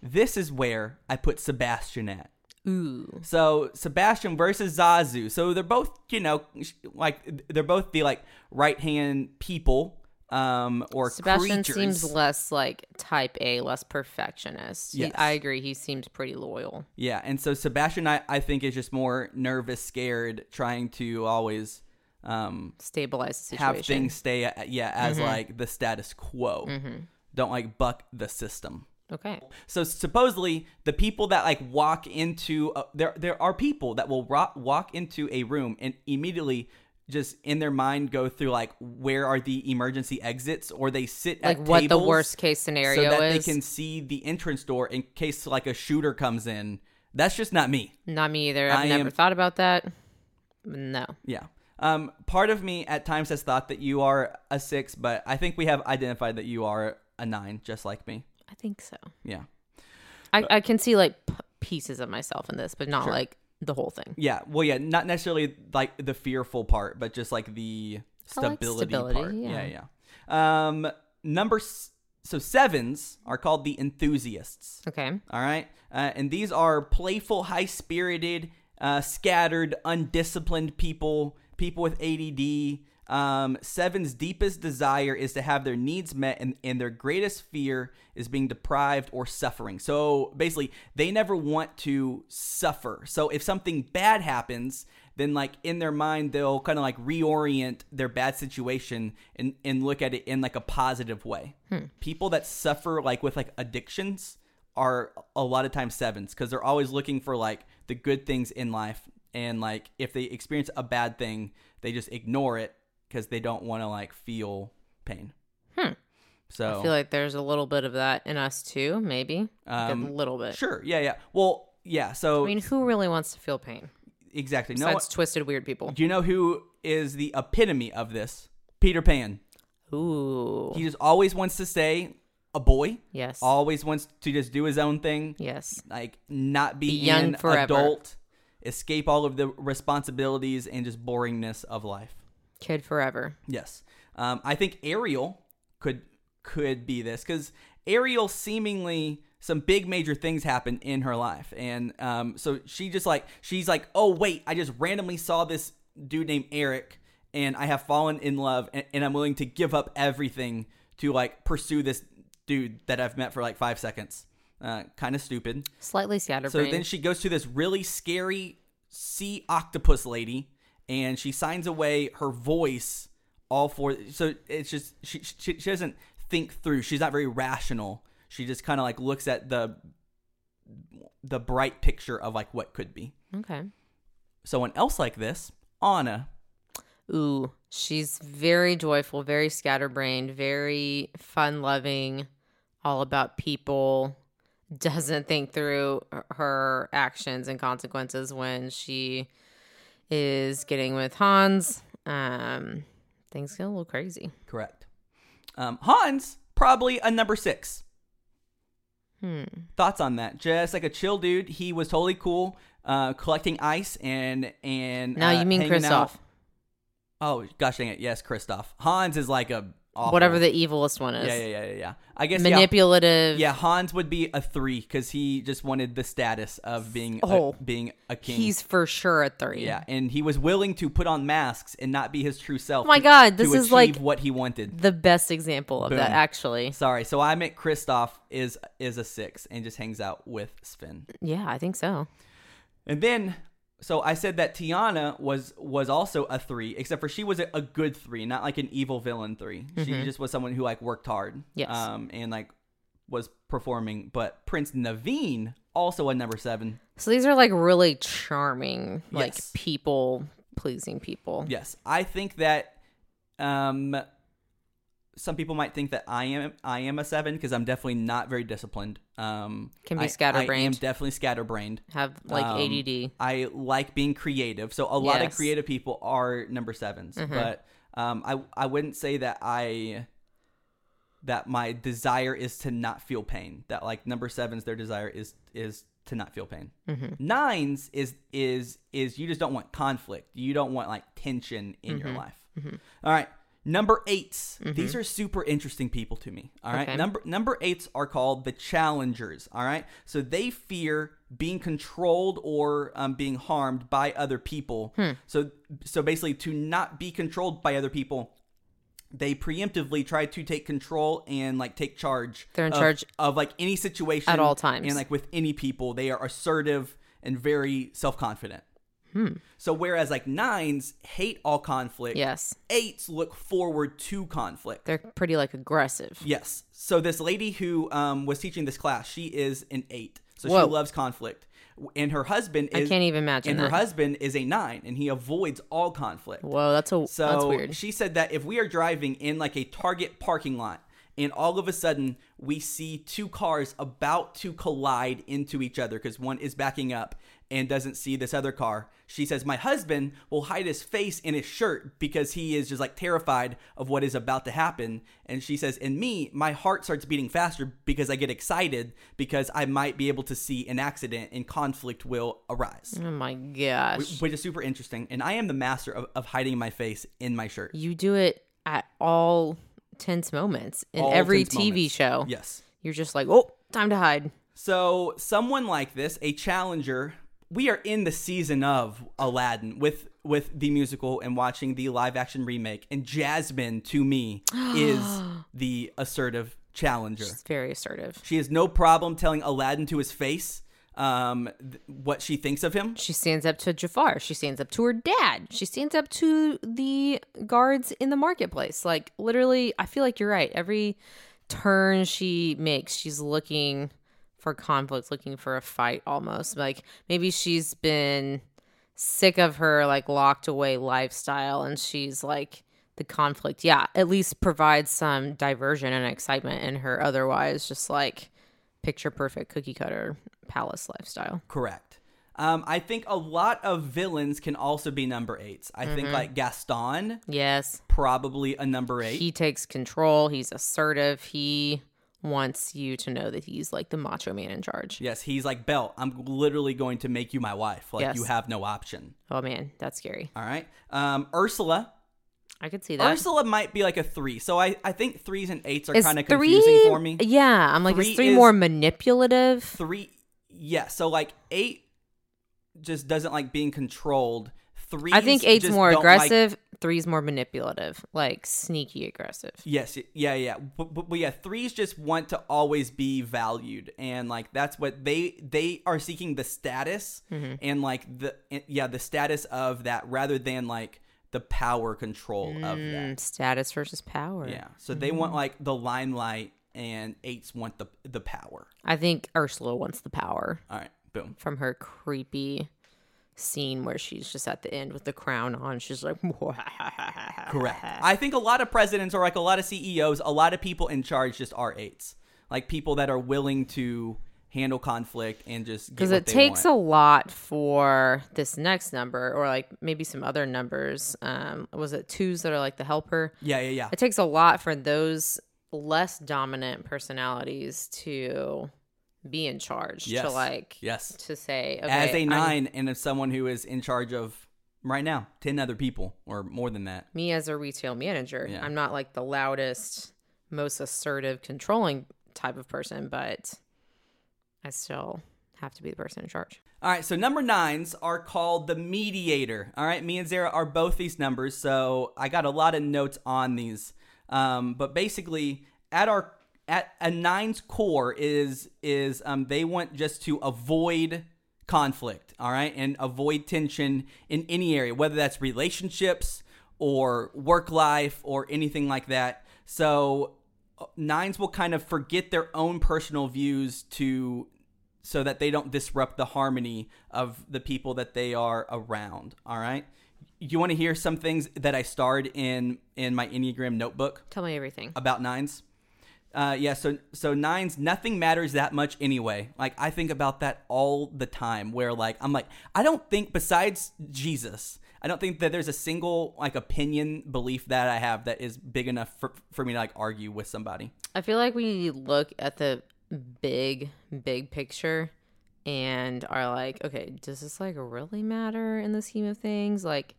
S1: this is where i put sebastian at
S2: Ooh.
S1: so sebastian versus zazu so they're both you know sh- like they're both the like right hand people um or
S2: Sebastian
S1: creatures.
S2: seems less like type A, less perfectionist. He-
S1: Yes.
S2: I agree. He seems pretty loyal.
S1: yeah and so sebastian I, I think is just more nervous scared trying to always um
S2: Stabilize the situation. Mm-hmm.
S1: have things stay at, yeah as like the status quo don't like buck the system
S2: Okay.
S1: So supposedly, the people that like walk into uh, there, there are people that will ro- walk into a room and immediately just in their mind go through like where are the emergency exits, or they sit
S2: Like
S1: at
S2: what the
S1: tables
S2: worst case scenario
S1: so that
S2: is.
S1: they can see the entrance door in case like a shooter comes in. That's just not me.
S2: Not me either. I've
S1: I
S2: never
S1: am-
S2: thought about that. No.
S1: Yeah. Um, part of me at times has thought that you are a six, but I think we have identified that you are a nine, just like me.
S2: I think so.
S1: Yeah.
S2: I,
S1: Uh,
S2: I can see like p- pieces of myself in this, but not like the whole thing.
S1: Yeah, well, yeah, not necessarily like the fearful part, but just like the
S2: I like
S1: stability,
S2: stability,
S1: part. Yeah, yeah.
S2: yeah.
S1: Um, number s- so sevens are called the enthusiasts.
S2: Okay.
S1: All right, uh, and these are playful, high spirited, uh, scattered, undisciplined people. People with ADD. Um, sevens' deepest desire is to have their needs met, and, and their greatest fear is being deprived or suffering. So basically, they never want to suffer. So if something bad happens, then like in their mind, they'll kind of like reorient their bad situation and and look at it in like a positive way. People that suffer like with like addictions are a lot of times sevens because they're always looking for like the good things in life and like if they experience a bad thing, they just ignore it because they don't want to like feel pain.
S2: Hmm.
S1: So
S2: I feel like there's a little bit of that in us too, maybe. Like a
S1: Um,
S2: little bit.
S1: sure, yeah, yeah. Well, yeah. So
S2: I mean, who really wants to feel pain?
S1: exactly. No,
S2: Besides twisted weird people.
S1: do you know who is the epitome of this? Peter Pan.
S2: Ooh.
S1: He just always wants to stay a boy.
S2: yes.
S1: Always wants to just do his own thing.
S2: yes.
S1: like not be,
S2: young
S1: an
S2: forever.
S1: adult, escape all of the responsibilities and just boringness of life.
S2: Kid forever.
S1: Yes, um, I think Ariel could could be this because Ariel seemingly some big major things happened in her life, and um, so she just like she's like, oh wait, I just randomly saw this dude named Eric, and I have fallen in love, and, and I'm willing to give up everything to like pursue this dude that I've met for like five seconds. Uh, kind of stupid.
S2: Slightly scatterbrained.
S1: So then she goes to this really scary sea octopus lady, and she signs away her voice all for. So it's just she she, she doesn't think through. She's not very rational. She just kind of like looks at the the bright picture of like what could be.
S2: okay.
S1: Someone else like this, Anna.
S2: Ooh, she's very joyful, very scatterbrained, very fun loving, all about people, doesn't think through her actions and consequences when she is getting with Hans. Um, things get a little crazy.
S1: Correct. Um, Hans probably a number six.
S2: Hmm.
S1: thoughts on that just like a chill dude he was totally cool uh collecting ice and and
S2: Now
S1: uh,
S2: you mean
S1: hanging out.
S2: Kristoff.
S1: oh gosh dang it yes christoph hans is like a awful-
S2: Whatever the evilest one is.
S1: yeah yeah yeah yeah, yeah. i guess yeah,
S2: Manipulative.
S1: yeah hans would be a three because he just wanted the status of being
S2: Oh.
S1: a, being a king
S2: He's for sure a three.
S1: yeah and he was willing to put on masks and not be his true self
S2: Oh my
S1: to-
S2: God, this
S1: to
S2: is
S1: achieve
S2: like-
S1: what he wanted
S2: The best example of that,
S1: Boom.
S2: actually.
S1: sorry so i meant christoph is is a six and just hangs out with sven
S2: Yeah, I think so.
S1: And then, so I said that Tiana was was also a three, except for she was a, a good three, not like an evil villain 3 She just was someone who like worked hard,
S2: Mm-hmm. Yes.
S1: um, and like was performing. But Prince Naveen also a number seven.
S2: So these are like really charming, like
S1: Yes.
S2: people pleasing people.
S1: Yes, I think that um, some people might think that I am I am a seven because I'm definitely not very disciplined. Um,
S2: Can be
S1: I- I am
S2: scatterbrained.
S1: definitely scatterbrained.
S2: Have like
S1: Um,
S2: ADD.
S1: I like being creative. So a lot of
S2: Yes.
S1: creative people are number 7s but um, I I wouldn't say that I that my desire is to not feel pain. That like number sevens, their desire is is to not feel pain. Nines is is is you just don't want conflict. You don't want like tension in your life. All right. Number 8s These are super interesting people to me. All right.
S2: Okay.
S1: Number number eights are called the challengers. All right. So they fear being controlled or um, being harmed by other people. So so basically, to not be controlled by other people, they preemptively try to take control and like take charge.
S2: They're in
S1: of-
S2: charge
S1: of like any situation
S2: at all times.
S1: and like with any people, they are assertive and very self confident.
S2: Hmm.
S1: So whereas like nines hate all conflict,
S2: Yes.
S1: eights look forward to conflict.
S2: They're pretty like aggressive.
S1: Yes. So this lady who um, was teaching this class, she is an eight. So
S2: Whoa.
S1: she loves conflict, W- and her husband
S2: I
S1: is.
S2: can't even imagine
S1: And her
S2: that.
S1: husband is a nine, and he avoids all conflict.
S2: Whoa, that's a
S1: So
S2: that's weird.
S1: she said that if we are driving in like a Target parking lot, and all of a sudden we see two cars about to collide into each other because one is backing up and doesn't see this other car. She says, My husband will hide his face in his shirt because he is just like terrified of what is about to happen. And she says, And me, my heart starts beating faster because I get excited because I might be able to see an accident and conflict will arise.
S2: Oh my gosh.
S1: Which is super interesting. And I am the master of, of hiding my face in my shirt.
S2: you do it at all tense moments in
S1: all
S2: every
S1: tense
S2: TV
S1: moments.
S2: show.
S1: Yes.
S2: You're just like, "Oh, time to hide."
S1: So someone like this, a challenger, we are in the season of Aladdin with with the musical and watching the live action remake, and Jasmine to
S2: [GASPS]
S1: me is the assertive challenger.
S2: It's very assertive.
S1: She has no problem telling Aladdin to his face um, th- what she thinks of him.
S2: She stands up to Jafar. She stands up to her dad. She stands up to the guards in the marketplace. Like literally, I feel like you're right. Every turn she makes, she's looking for conflict, looking for a fight almost. Like maybe she's been sick of her like locked away lifestyle and she's like the conflict yeah at least provides some diversion and excitement in her otherwise just like picture perfect cookie cutter palace lifestyle
S1: Correct. Um, I think a lot of villains can also be number eights. I
S2: Mm-hmm.
S1: think like Gaston,
S2: yes
S1: probably a number eight.
S2: he takes control he's assertive he wants you to know that he's like the macho man in charge
S1: yes, he's like Belt. I'm literally going to make you my wife. Like
S2: Yes.
S1: you have no option.
S2: oh man that's scary
S1: All right. Um, Ursula.
S2: i could see that is
S1: Ursula might be like a three. So I, I think threes and eights are kind of confusing for me.
S2: yeah i'm like
S1: Three
S2: is three
S1: is-
S2: more manipulative
S1: Three. Yeah. So like eight just doesn't like being controlled. Three.
S2: I think eight's more aggressive. three's more manipulative, like sneaky aggressive.
S1: Yes, y- yeah, yeah. But, but, but yeah, threes just want to always be valued, and like that's what they they are seeking the status
S2: Mm-hmm.
S1: and like the and- yeah the status of that rather than like the power control of that.
S2: Mm, Mm-hmm. status versus power.
S1: Yeah, so they want like the limelight, and eights want the the power.
S2: I think Ursula wants the power
S1: All right, boom.
S2: from her creepy scene where she's just at the end with the crown on. She's like, [LAUGHS]
S1: Correct.
S2: Uh-huh.
S1: I think a lot of presidents or like a lot of CEOs, a lot of people in charge just are eights, like people that are willing to handle conflict and just
S2: Because
S1: because
S2: it takes a lot for this next number, or like maybe some other numbers. Um, was it twos that are like the helper?
S1: yeah yeah yeah
S2: it takes a lot for those less dominant personalities to be in charge to
S1: Yes.
S2: like
S1: yes
S2: to say okay,
S1: as a
S2: I'm-
S1: 9 and as someone who is in charge of right now 10 other people or more than that
S2: me as a retail manager
S1: Yeah.
S2: i'm not like the loudest most assertive controlling type of person but i still have to be the person in charge
S1: all right so number nines are called the mediator all right me and zara are both these numbers so i got a lot of notes on these um, but basically at our at a nine's core is is um, they want just to avoid conflict all right and avoid tension in any area whether that's relationships or work life or anything like that so uh, nines will kind of forget their own personal views to so that they don't disrupt the harmony of the people that they are around all right you want to hear some things that i starred in in my enneagram notebook
S2: tell me everything
S1: about nines uh, yeah so so nines nothing matters that much anyway like i think about that all the time where like i'm like i don't think besides jesus i don't think that there's a single like opinion belief that i have that is big enough for, for me to like argue with somebody
S2: I feel like we look at the big, big picture and are like, okay, does this like really matter in the scheme of things? Like,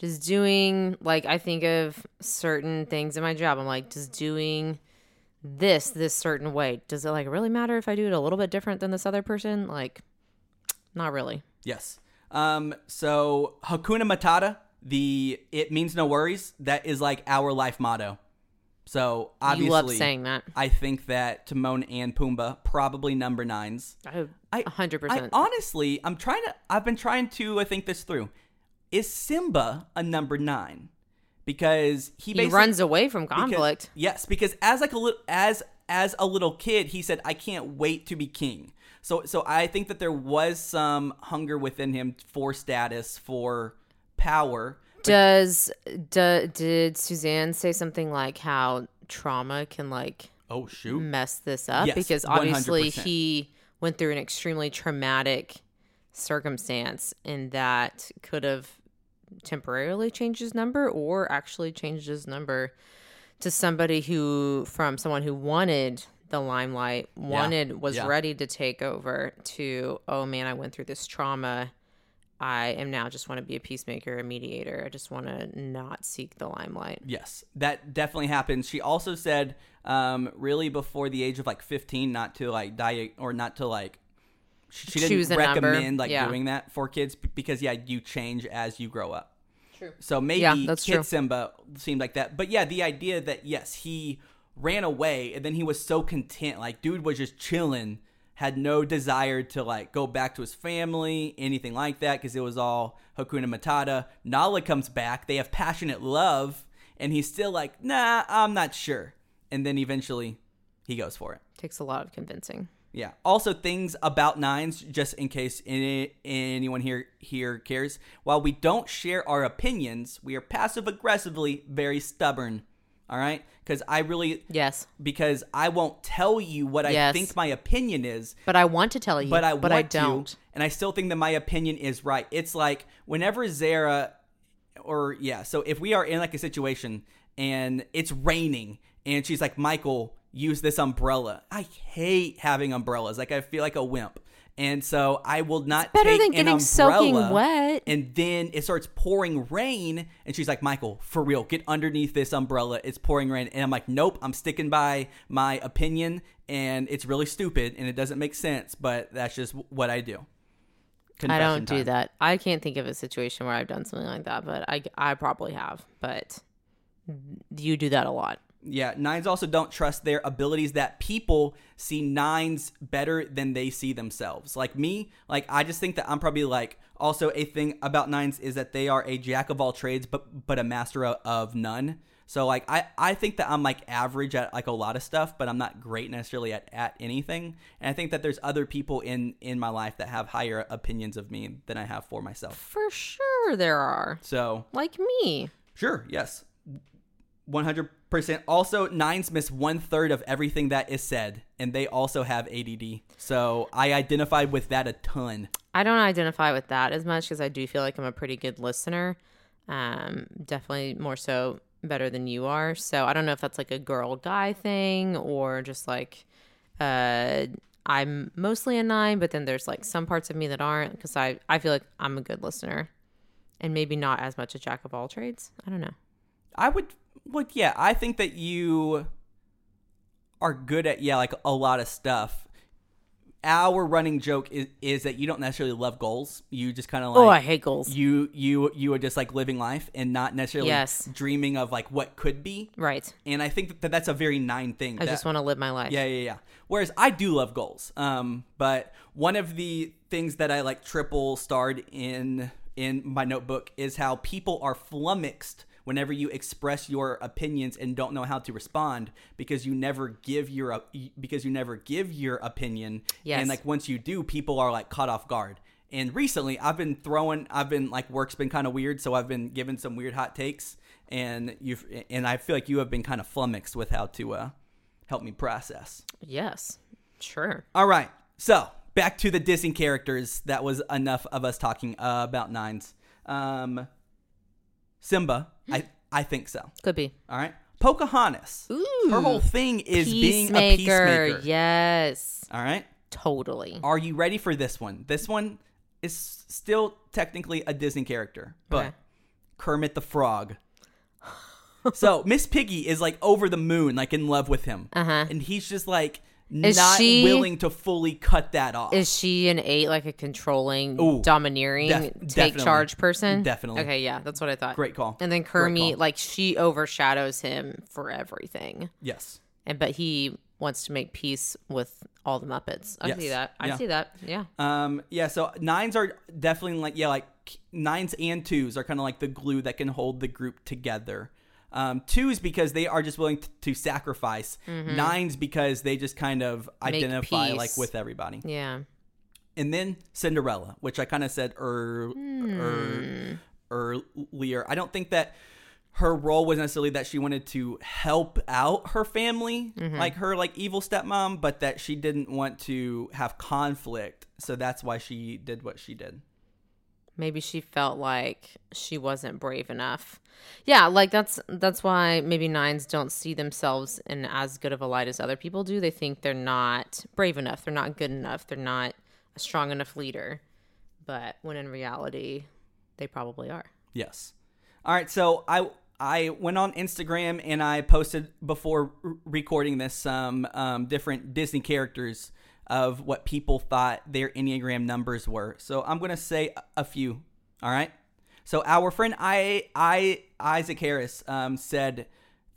S2: just doing, like, I think of certain things in my job. I'm like, just doing this, this certain way. Does it like really matter if I do it a little bit different than this other person? Like, not really.
S1: Yes. Um, so Hakuna Matata, the it means no worries. That is like our life motto. So obviously,
S2: you love saying that.
S1: I think that Timon and Pumbaa probably number nines.
S2: I,
S1: I-
S2: 100%.
S1: I honestly, I'm trying to. I've been trying to uh, think this through. Is Simba a number nine? Because he,
S2: he
S1: basically,
S2: runs away from
S1: because-
S2: conflict.
S1: yes, because as like a little as as a little kid, he said, "I can't wait to be king." So so I think that there was some hunger within him for status, for power.
S2: Does d- did Suzanne say something like how trauma can like
S1: Oh shoot!
S2: mess this up?
S1: Yes,
S2: because obviously
S1: 100%.
S2: he went through an extremely traumatic circumstance, and that could have temporarily changed his number, or actually changed his number to somebody who from someone who wanted the limelight, wanted was
S1: yeah.
S2: ready to take over. To oh man, I went through this trauma. I am now just want to be a peacemaker, a mediator. I just want to not seek the limelight.
S1: Yes, that definitely happened. She also said, um, really before the age of like 15, not to like die or not to like. She, she didn't
S2: Choose a number,
S1: recommend like
S2: yeah.
S1: doing that for kids b- because yeah, you change as you grow up. True. So maybe
S2: Yeah, that's
S1: Kid
S2: true.
S1: Simba seemed like that, but yeah, the idea that yes, he ran away and then he was so content, like dude was just chilling, had no desire to like go back to his family, anything like that, because it was all Hakuna Matata. Nala comes back, they have passionate love, and he's still like, nah, I'm not sure, and then eventually he goes for it.
S2: Takes a lot of convincing.
S1: Yeah. Also, things about nines, just in case any, anyone here here cares. While we don't share our opinions, we are passive aggressively very stubborn. All right, because I really
S2: Yes.
S1: because I won't tell you what I
S2: Yes.
S1: think my opinion is,
S2: But I want to tell you,
S1: but I want
S2: don't.
S1: to, and I still think that my opinion is right. It's like whenever Zara, or yeah, so if we are in like a situation and it's raining and she's like, Michael, use this umbrella. I hate having umbrellas. Like I feel like a wimp. And so I will not
S2: better
S1: take
S2: than
S1: an
S2: getting soaking
S1: umbrella.
S2: wet.
S1: And then it starts pouring rain, and she's like, "Michael, for real, get underneath this umbrella. It's pouring rain." And I'm like, "Nope, I'm sticking by my opinion, and it's really stupid, and it doesn't make sense, but that's just what I do."
S2: I
S1: Confession
S2: don't do
S1: time.
S2: that. I can't think of a situation where I've done something like that, but I, I probably have. But you do that a lot.
S1: Yeah, nines also don't trust their abilities that people see nines better than they see themselves. Like me, like I just think that I'm probably like also a thing about nines is that they are a jack of all trades but but a master o- of none. So like I I think that I'm like average at like a lot of stuff, but I'm not great necessarily at at anything. And I think that there's other people in in my life that have higher opinions of me than I have for myself.
S2: For sure there are.
S1: So,
S2: Like me.
S1: Sure. Yes. One hundred percent. Also, nines miss one third of everything that is said, and they also have ADD. So I identified with that a ton.
S2: I don't identify with that as much because I do feel like I'm a pretty good listener. Um, definitely more so better than you are. So I don't know if that's like a girl guy thing or just like uh, I'm mostly a nine, but then there's like some parts of me that aren't because I, I feel like I'm a good listener and maybe not as much a jack of all trades. I don't know.
S1: I would. Would yeah. I think that you are good at yeah, like a lot of stuff. Our running joke is is that you don't necessarily love goals. You just kind of like
S2: oh, I hate goals.
S1: you you you are just like living life and not necessarily
S2: Yes.
S1: dreaming of like what could be.
S2: right.
S1: And I think that that's a very nine thing.
S2: I
S1: that-
S2: just want to live my life.
S1: Yeah, yeah, yeah. Whereas I do love goals. Um, but one of the things that I like triple starred in in my notebook is how people are flummoxed whenever you express your opinions and don't know how to respond because you never give your op- because you never give your opinion.
S2: Yes.
S1: And like once you do, people are like caught off guard. And recently, I've been throwing. I've been like work's been kind of weird, so I've been giving some weird hot takes, and you've and I feel like you have been kind of flummoxed with how to uh, help me process.
S2: Yes. Sure.
S1: All right. So back to the dissing characters. That was enough of us talking uh, about nines. Um, Simba, I I think so.
S2: Could be.
S1: All right. Pocahontas. Her whole thing is being a peacemaker.
S2: Yes.
S1: All right.
S2: Totally.
S1: Are you ready for this one? This one is still technically a Disney character, but
S2: Okay.
S1: Kermit the Frog. so [LAUGHS] Miss Piggy is like over the moon, like in love with him,
S2: Uh-huh.
S1: and he's just like
S2: Is
S1: not
S2: she-
S1: willing to fully cut that off.
S2: Is she an eight, like a controlling,
S1: Ooh,
S2: domineering,
S1: def-
S2: take
S1: definitely.
S2: charge person?
S1: Definitely.
S2: Okay, yeah, that's what I thought.
S1: Great call.
S2: And then
S1: Great call.
S2: Kermit, like she overshadows him for everything,
S1: yes.
S2: and but he wants to make peace with all the Muppets. I
S1: Yes.
S2: see that. I
S1: Yeah.
S2: see that. Yeah.
S1: Um, yeah, so nines are definitely like yeah, like nines and twos are kind of like the glue that can hold the group together. Um, twos because they are just willing t- to sacrifice. Nines because they just kind of identify
S2: peace.
S1: like with everybody.
S2: Yeah.
S1: And then Cinderella, which I kind of said er, er, earlier. I don't think that her role was necessarily that she wanted to help out her family, like her like evil stepmom, but that she didn't want to have conflict. So that's why she did what she did.
S2: Maybe she felt like she wasn't brave enough. Yeah, like that's that's why maybe nines don't see themselves in as good of a light as other people do. They think they're not brave enough, they're not good enough, they're not a strong enough leader. But when in reality, they probably are.
S1: Yes. All right. So I I went on Instagram and I posted before r- recording this some um, different Disney characters of what people thought their Enneagram numbers were. So I'm gonna say a- a few. All right. So our friend I I Isaac Harris um, said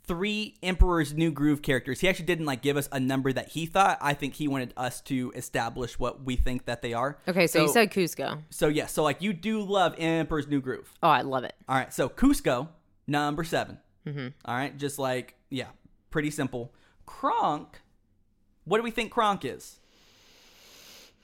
S1: three Emperor's New Groove characters. He actually didn't like give us a number that he thought. I think he wanted us to establish what we think that they are.
S2: Okay, so, you said Cusco.
S1: so yeah. So like you do love Emperor's New Groove.
S2: Oh, I love it.
S1: All right, so Cusco, number 7
S2: Mm-hmm.
S1: All right, just like, yeah, pretty simple. Kronk, what do we think Kronk is?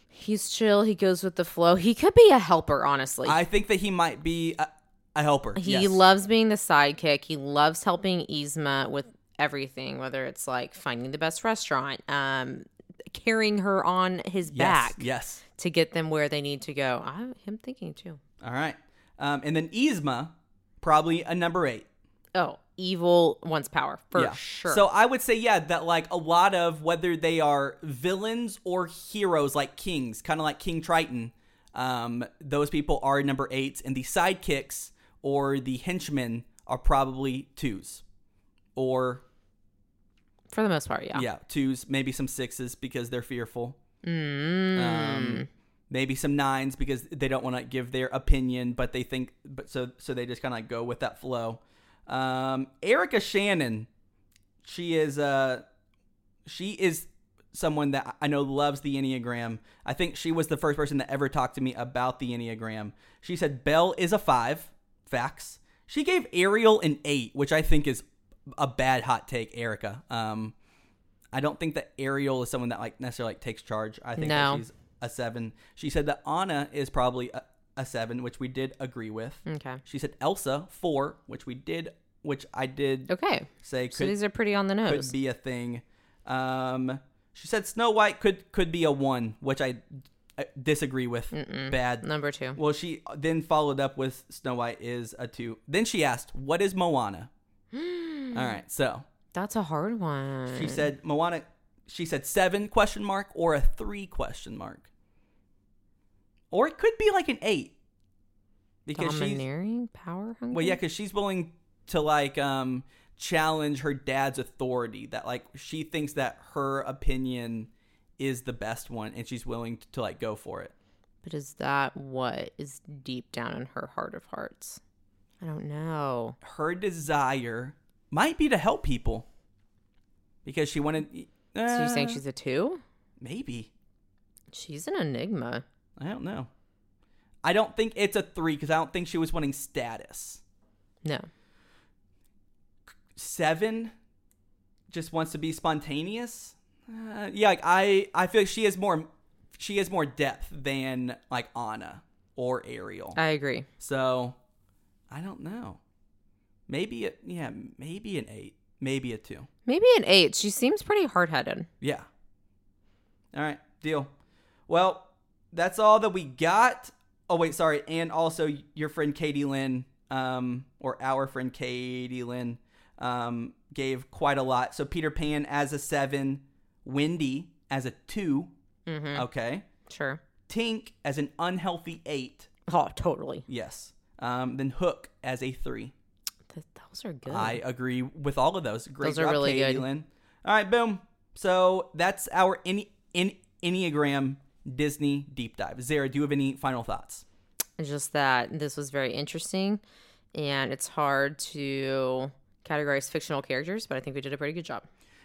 S2: He's chill. He goes with the flow. He could be a helper, honestly.
S1: I think that he might be a, a helper.
S2: he
S1: yes.
S2: loves being the sidekick. He loves helping Yzma with everything, whether it's like finding the best restaurant, um, carrying her on his
S1: yes,
S2: back
S1: Yes.
S2: to get them where they need to go. I, I'm thinking too.
S1: All right. Um, and then Yzma, probably a number eight.
S2: Oh, evil wants power for
S1: yeah.
S2: sure.
S1: So I would say, yeah, that like a lot of whether they are villains or heroes, like kings, kind of like King Triton, um, those people are number eights, and the sidekicks or the henchmen are probably twos, or
S2: for the most part, yeah.
S1: yeah, twos, maybe some sixes because they're fearful.
S2: Mm-hmm.
S1: Um, maybe some nines because they don't want to give their opinion, but they think, but so so they just kind of like go with that flow. Um, Erica Shannon, she is uh, she is someone that I know loves the Enneagram. I think she was the first person that ever talked to me about the Enneagram. She said Belle is a five. Facts. She gave Ariel an eight, which I think is a bad hot take, Erica. Um, I don't think that Ariel is someone that like necessarily like takes charge. I think that
S2: No.
S1: she's a seven. She said that Anna is probably a, a seven, which we did agree with.
S2: Okay.
S1: She said Elsa four, which we did, which I did
S2: Okay.
S1: say
S2: So
S1: could
S2: these are pretty on the nose.
S1: could be a thing. Um, she said Snow White could could be a one, which I, I disagree with. Bad.
S2: Number two.
S1: Well, she then followed up with Snow White is a two. Then she asked, "What is
S2: [GASPS]
S1: Moana?" All right, so
S2: That's a hard one.
S1: she said Moana. She said seven question mark or a three question mark, or it could be like an eight because she's
S2: Domineering, power hungry.
S1: well, yeah, because she's willing to like um challenge her dad's authority. That like she thinks that her opinion is the best one, and she's willing to, like go for it.
S2: But is that what is deep down in her heart of hearts? I don't know.
S1: Her desire might be to help people because she wanted.
S2: So you're saying
S1: Uh,
S2: she's a two?
S1: maybe?
S2: She's an enigma.
S1: I don't know. I don't think it's a three because I don't think she was wanting status.
S2: No.
S1: seven just wants to be spontaneous uh, yeah like i i feel like she has more she has more depth than like anna or ariel
S2: I agree.
S1: so i don't know maybe a, yeah maybe an eight maybe a two
S2: Maybe an eight. She seems pretty hard headed.
S1: yeah all right deal well that's all that we got oh wait sorry and also your friend katie lynn um or our friend katie lynn um, gave quite a lot. So Peter Pan as a seven, Wendy as a 2 okay,
S2: Sure.
S1: Tink as an unhealthy eight,
S2: Oh, totally.
S1: yes, um, then Hook as a three.
S2: Th- those are good.
S1: I agree with all of those. Great
S2: Those are
S1: job,
S2: really
S1: Katie
S2: good.
S1: Lynn. All right, boom. So that's our Enne- En- Enneagram Disney deep dive. Zara, do you have any final thoughts?
S2: It's just that this was very interesting and it's hard to categorize fictional characters, but I think we did a pretty good job.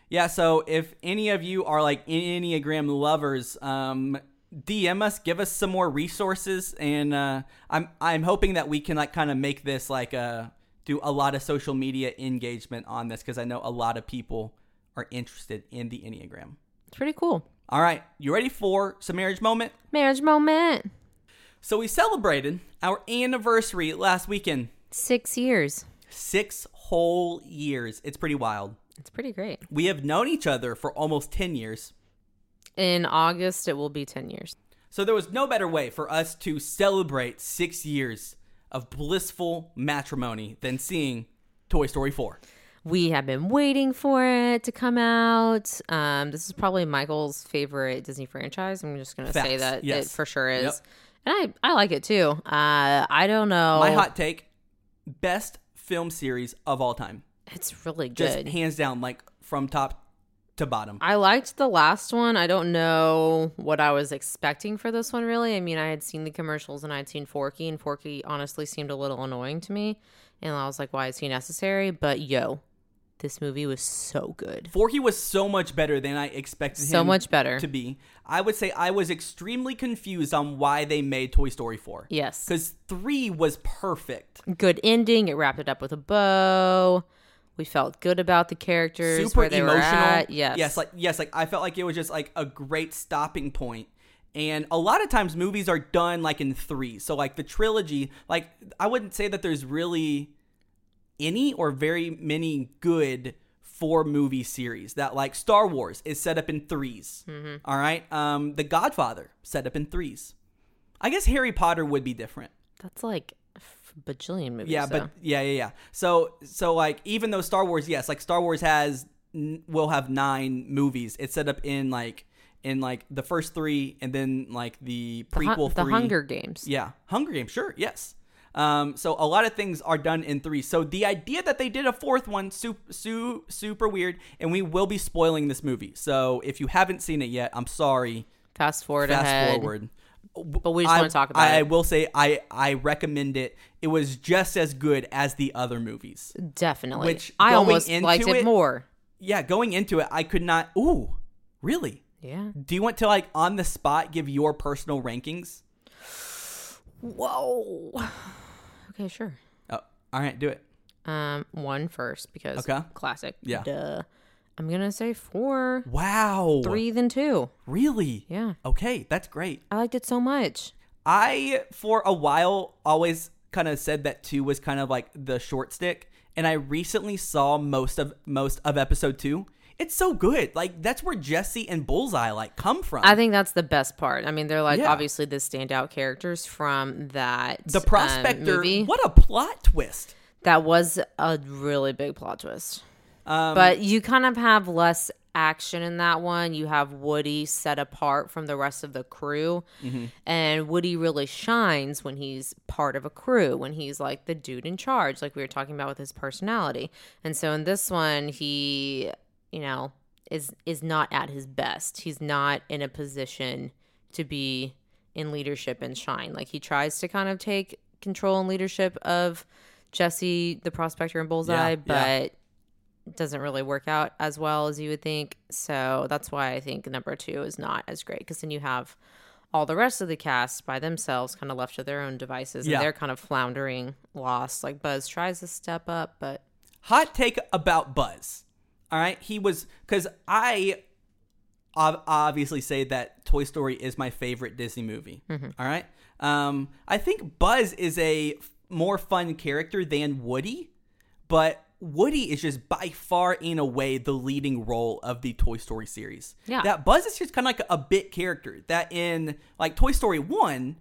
S1: Yeah, so if any of you are like Enneagram lovers, um, DM us, give us some more resources, and uh, I'm I'm hoping that we can like kind of make this like uh, do a lot of social media engagement on this because I know a lot of people are interested in the Enneagram.
S2: It's pretty cool.
S1: All right, you ready for some marriage moment?
S2: Marriage moment.
S1: So we celebrated our anniversary last weekend,
S2: Six years.
S1: six whole years. It's pretty wild.
S2: It's pretty great.
S1: We have known each other for almost ten years.
S2: In August, it will be 10 years.
S1: So there was no better way for us to celebrate six years of blissful matrimony than seeing Toy Story 4.
S2: We have been waiting for it to come out. Um, this is probably Michael's favorite Disney franchise. I'm just going to say
S1: Facts,
S2: that it
S1: yes.
S2: for sure is.
S1: Yep.
S2: And I, I like it too. Uh, I don't know.
S1: My hot take best film series of all time.
S2: it's really
S1: Just
S2: good.
S1: hands down, like from top to bottom.
S2: I liked the last one. I don't know what I was expecting for this one, really. I mean, I had seen the commercials and I had seen Forky, and Forky honestly seemed a little annoying to me. And I was like, why is he necessary? But yo, this movie was so good.
S1: Forky was so much better than I expected
S2: So
S1: him
S2: much better.
S1: to be. I would say I was extremely confused on why they made Toy Story 4.
S2: Yes.
S1: Because 3 was perfect.
S2: good ending. It wrapped it up with a bow. We felt good about the characters, where they were at. Yes,
S1: like yes, like I felt like it was just like a great stopping point. And a lot of times movies are done like in threes. So like the trilogy, like I wouldn't say that there's really any or very many good four movie series that like Star Wars is set up in 3s
S2: Mm-hmm.
S1: All right. Um The Godfather set up in threes. I guess Harry Potter would be different.
S2: That's like a f- bajillion movies.
S1: Yeah,
S2: though.
S1: but yeah, yeah, yeah. So so like even though Star Wars, yes, like Star Wars has n- will have nine movies. It's set up in like in like the first three, and then like the
S2: The Hu-
S1: prequel
S2: the
S1: three.
S2: Hunger Games.
S1: Yeah, Hunger Games. Sure, yes. Um, so a lot of things are done in three. So the idea that they did a fourth one, super, su- super weird, and we will be spoiling this movie. So if you haven't seen it yet, I'm sorry.
S2: Fast forward
S1: Fast
S2: ahead.
S1: forward.
S2: But we just
S1: I-
S2: wanna talk about
S1: I
S2: it.
S1: will say I I recommend it. It was just as good as the other movies.
S2: Definitely.
S1: Which,
S2: I
S1: going
S2: almost
S1: into
S2: liked it,
S1: it-
S2: more.
S1: Yeah, going into it, I could not. Ooh, really?
S2: Yeah.
S1: Do you want to like on the spot give your personal rankings?
S2: Whoa. [SIGHS] Okay, sure.
S1: Oh, all right, do it.
S2: Um, one first because
S1: Okay.
S2: classic.
S1: Yeah.
S2: Duh. I'm gonna say four,
S1: Wow,
S2: three, then two.
S1: Really?
S2: Yeah.
S1: Okay, that's great.
S2: I liked it so much.
S1: I for a while always kind of said that two was kind of like the short stick, and I recently saw most of most of episode two. It's so good. Like that's where Jesse and Bullseye like come from.
S2: I think that's the best part. I mean, they're like
S1: Yeah.
S2: obviously the standout characters from that
S1: the
S2: um,
S1: prospector.
S2: movie.
S1: What a plot twist.
S2: That was a really big plot twist.
S1: Um,
S2: but you kind of have less action in that one. You have Woody set apart from the rest of the crew.
S1: Mm-hmm.
S2: And Woody really shines when he's part of a crew, when he's like the dude in charge, like we were talking about with his personality. And so in this one, he, you know, is is not at his best. He's not in a position to be in leadership and shine. Like he tries to kind of take control and leadership of Jesse, the prospector and Bullseye,
S1: Yeah, yeah.
S2: but doesn't really work out as well as you would think. So that's why I think number two is not as great because then you have all the rest of the cast by themselves kind of left to their own devices
S1: Yeah.
S2: and they're kind of floundering, lost. Like Buzz tries to step up, but
S1: hot take about Buzz. All right, he was because I ob- obviously say that Toy Story is my favorite Disney movie.
S2: Mm-hmm.
S1: all right, um, I think Buzz is a f- more fun character than Woody, but Woody is just by far in a way the leading role of the Toy Story series.
S2: Yeah.
S1: that Buzz is just kind of like a bit character that in like Toy Story one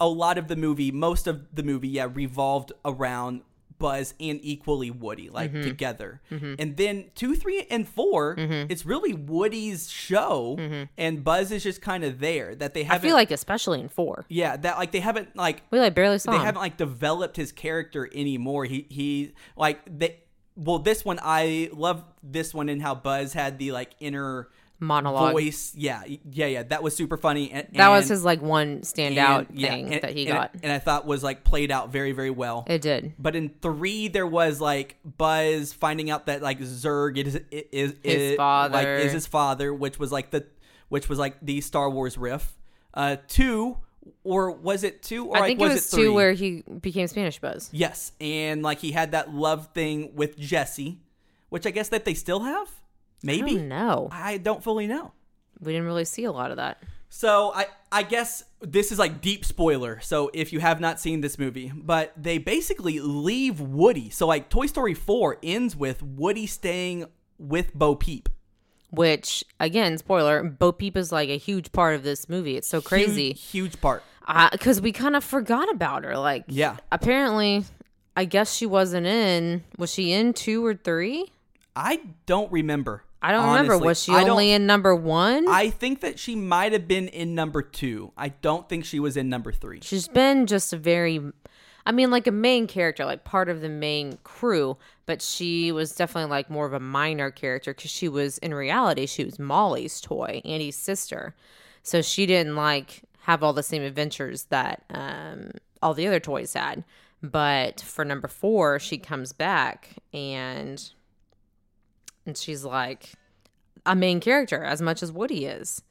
S1: a lot of the movie, most of the movie, yeah, revolved around Buzz and equally Woody, like
S2: Mm-hmm.
S1: together. And then two, three, and 4
S2: Mm-hmm.
S1: it's really Woody's show, and Buzz is just kind of there. That they
S2: I
S1: haven't,
S2: feel like especially in four,
S1: yeah, that like they haven't like
S2: we like barely saw
S1: they
S2: him.
S1: haven't like developed his character anymore. He he like they well this one I love this one and how Buzz had the like inner
S2: monologue.
S1: voice. Yeah, yeah, yeah. That was super funny. And,
S2: that was
S1: and-
S2: his like one standout
S1: and-
S2: thing
S1: and-
S2: that he
S1: and-
S2: got.
S1: and I thought was like played out very, very well.
S2: it did.
S1: but in three, there was like Buzz finding out that like Zurg is is, is
S2: His
S1: is- like
S2: father.
S1: is his father, which was like the which was like the Star Wars riff. Uh, two or was it two? Or
S2: I
S1: like,
S2: think
S1: was
S2: it was
S1: three?
S2: two where he became Spanish Buzz.
S1: yes, and like he had that love thing with Jesse, which I guess that they still have.
S2: I
S1: Maybe
S2: don't know.
S1: I don't fully know.
S2: We didn't really see a lot of that.
S1: So I I guess this is like deep spoiler. So if you have not seen this movie, but they basically leave Woody. So like Toy Story 4 ends with Woody staying with Bo Peep.
S2: Which again, spoiler, Bo Peep is like a huge part of this movie. It's so crazy.
S1: Huge, huge part.
S2: because we kind of forgot about her. Like,
S1: Yeah.
S2: apparently, I guess she wasn't in. Was she in two or three?
S1: I don't remember.
S2: I don't remember.
S1: honestly.
S2: Was she
S1: I don't-
S2: only in number one?
S1: I think that she might have been in number 2. I don't think she was in number 3.
S2: She's been just a very, I mean, like a main character, like part of the main crew, but she was definitely like more of a minor character because she was, in reality, she was Molly's toy, Annie's sister. So she didn't like have all the same adventures that um, all the other toys had. But for number four, she comes back and and she's like a main character as much as Woody is.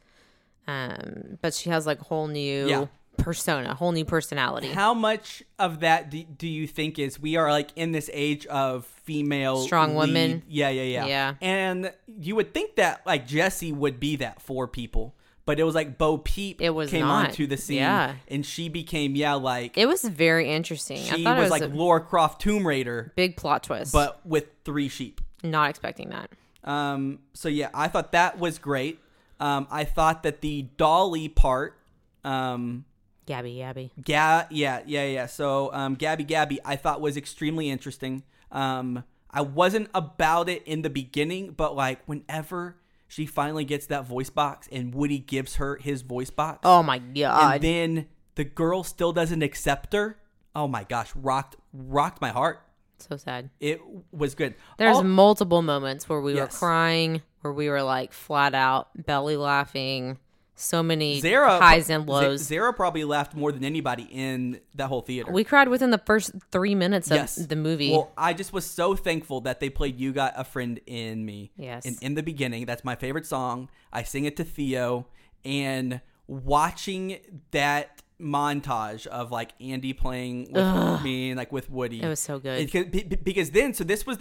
S2: Um, but she has like whole new
S1: Yeah.
S2: persona, whole new personality.
S1: How much of that do, do you think is we are like in this age of female
S2: Strong women.
S1: lead- Yeah, yeah, yeah.
S2: Yeah.
S1: And you would think that like Jesse would be that for people, But it was like Bo Peep
S2: It was
S1: came
S2: not.
S1: onto the scene,
S2: Yeah.
S1: and she became yeah like
S2: It was very interesting. I
S1: she
S2: thought
S1: was,
S2: it was
S1: like
S2: a
S1: Laura Croft Tomb Raider,
S2: big plot twist,
S1: but with three sheep.
S2: not expecting that.
S1: Um, so yeah, I thought that was great. Um, I thought that the Dolly part, um,
S2: Gabby, Gabby.
S1: yeah, yeah, yeah, yeah. So um, Gabby, Gabby, I thought was extremely interesting. Um, I wasn't about it in the beginning, but like whenever she finally gets that voice box and Woody gives her his voice box,
S2: Oh my
S1: and
S2: god.
S1: then the girl still doesn't accept her. Oh my gosh, rocked rocked my heart.
S2: so sad.
S1: It was good.
S2: There's
S1: Al-
S2: multiple moments where we
S1: Yes.
S2: were crying, where we were like flat out belly laughing. So many
S1: Zara
S2: highs and lows.
S1: Z- Zara probably laughed more than anybody in that whole theater.
S2: we cried within the first three minutes of
S1: yes,
S2: the movie.
S1: Well, I just was so thankful that they played "You Got a Friend in Me."
S2: Yes.
S1: and in the beginning, that's my favorite song. I sing it to Theo, and watching that montage of like Andy playing with me and like with Woody,
S2: It was so good.
S1: It could- be- be- because then, so this was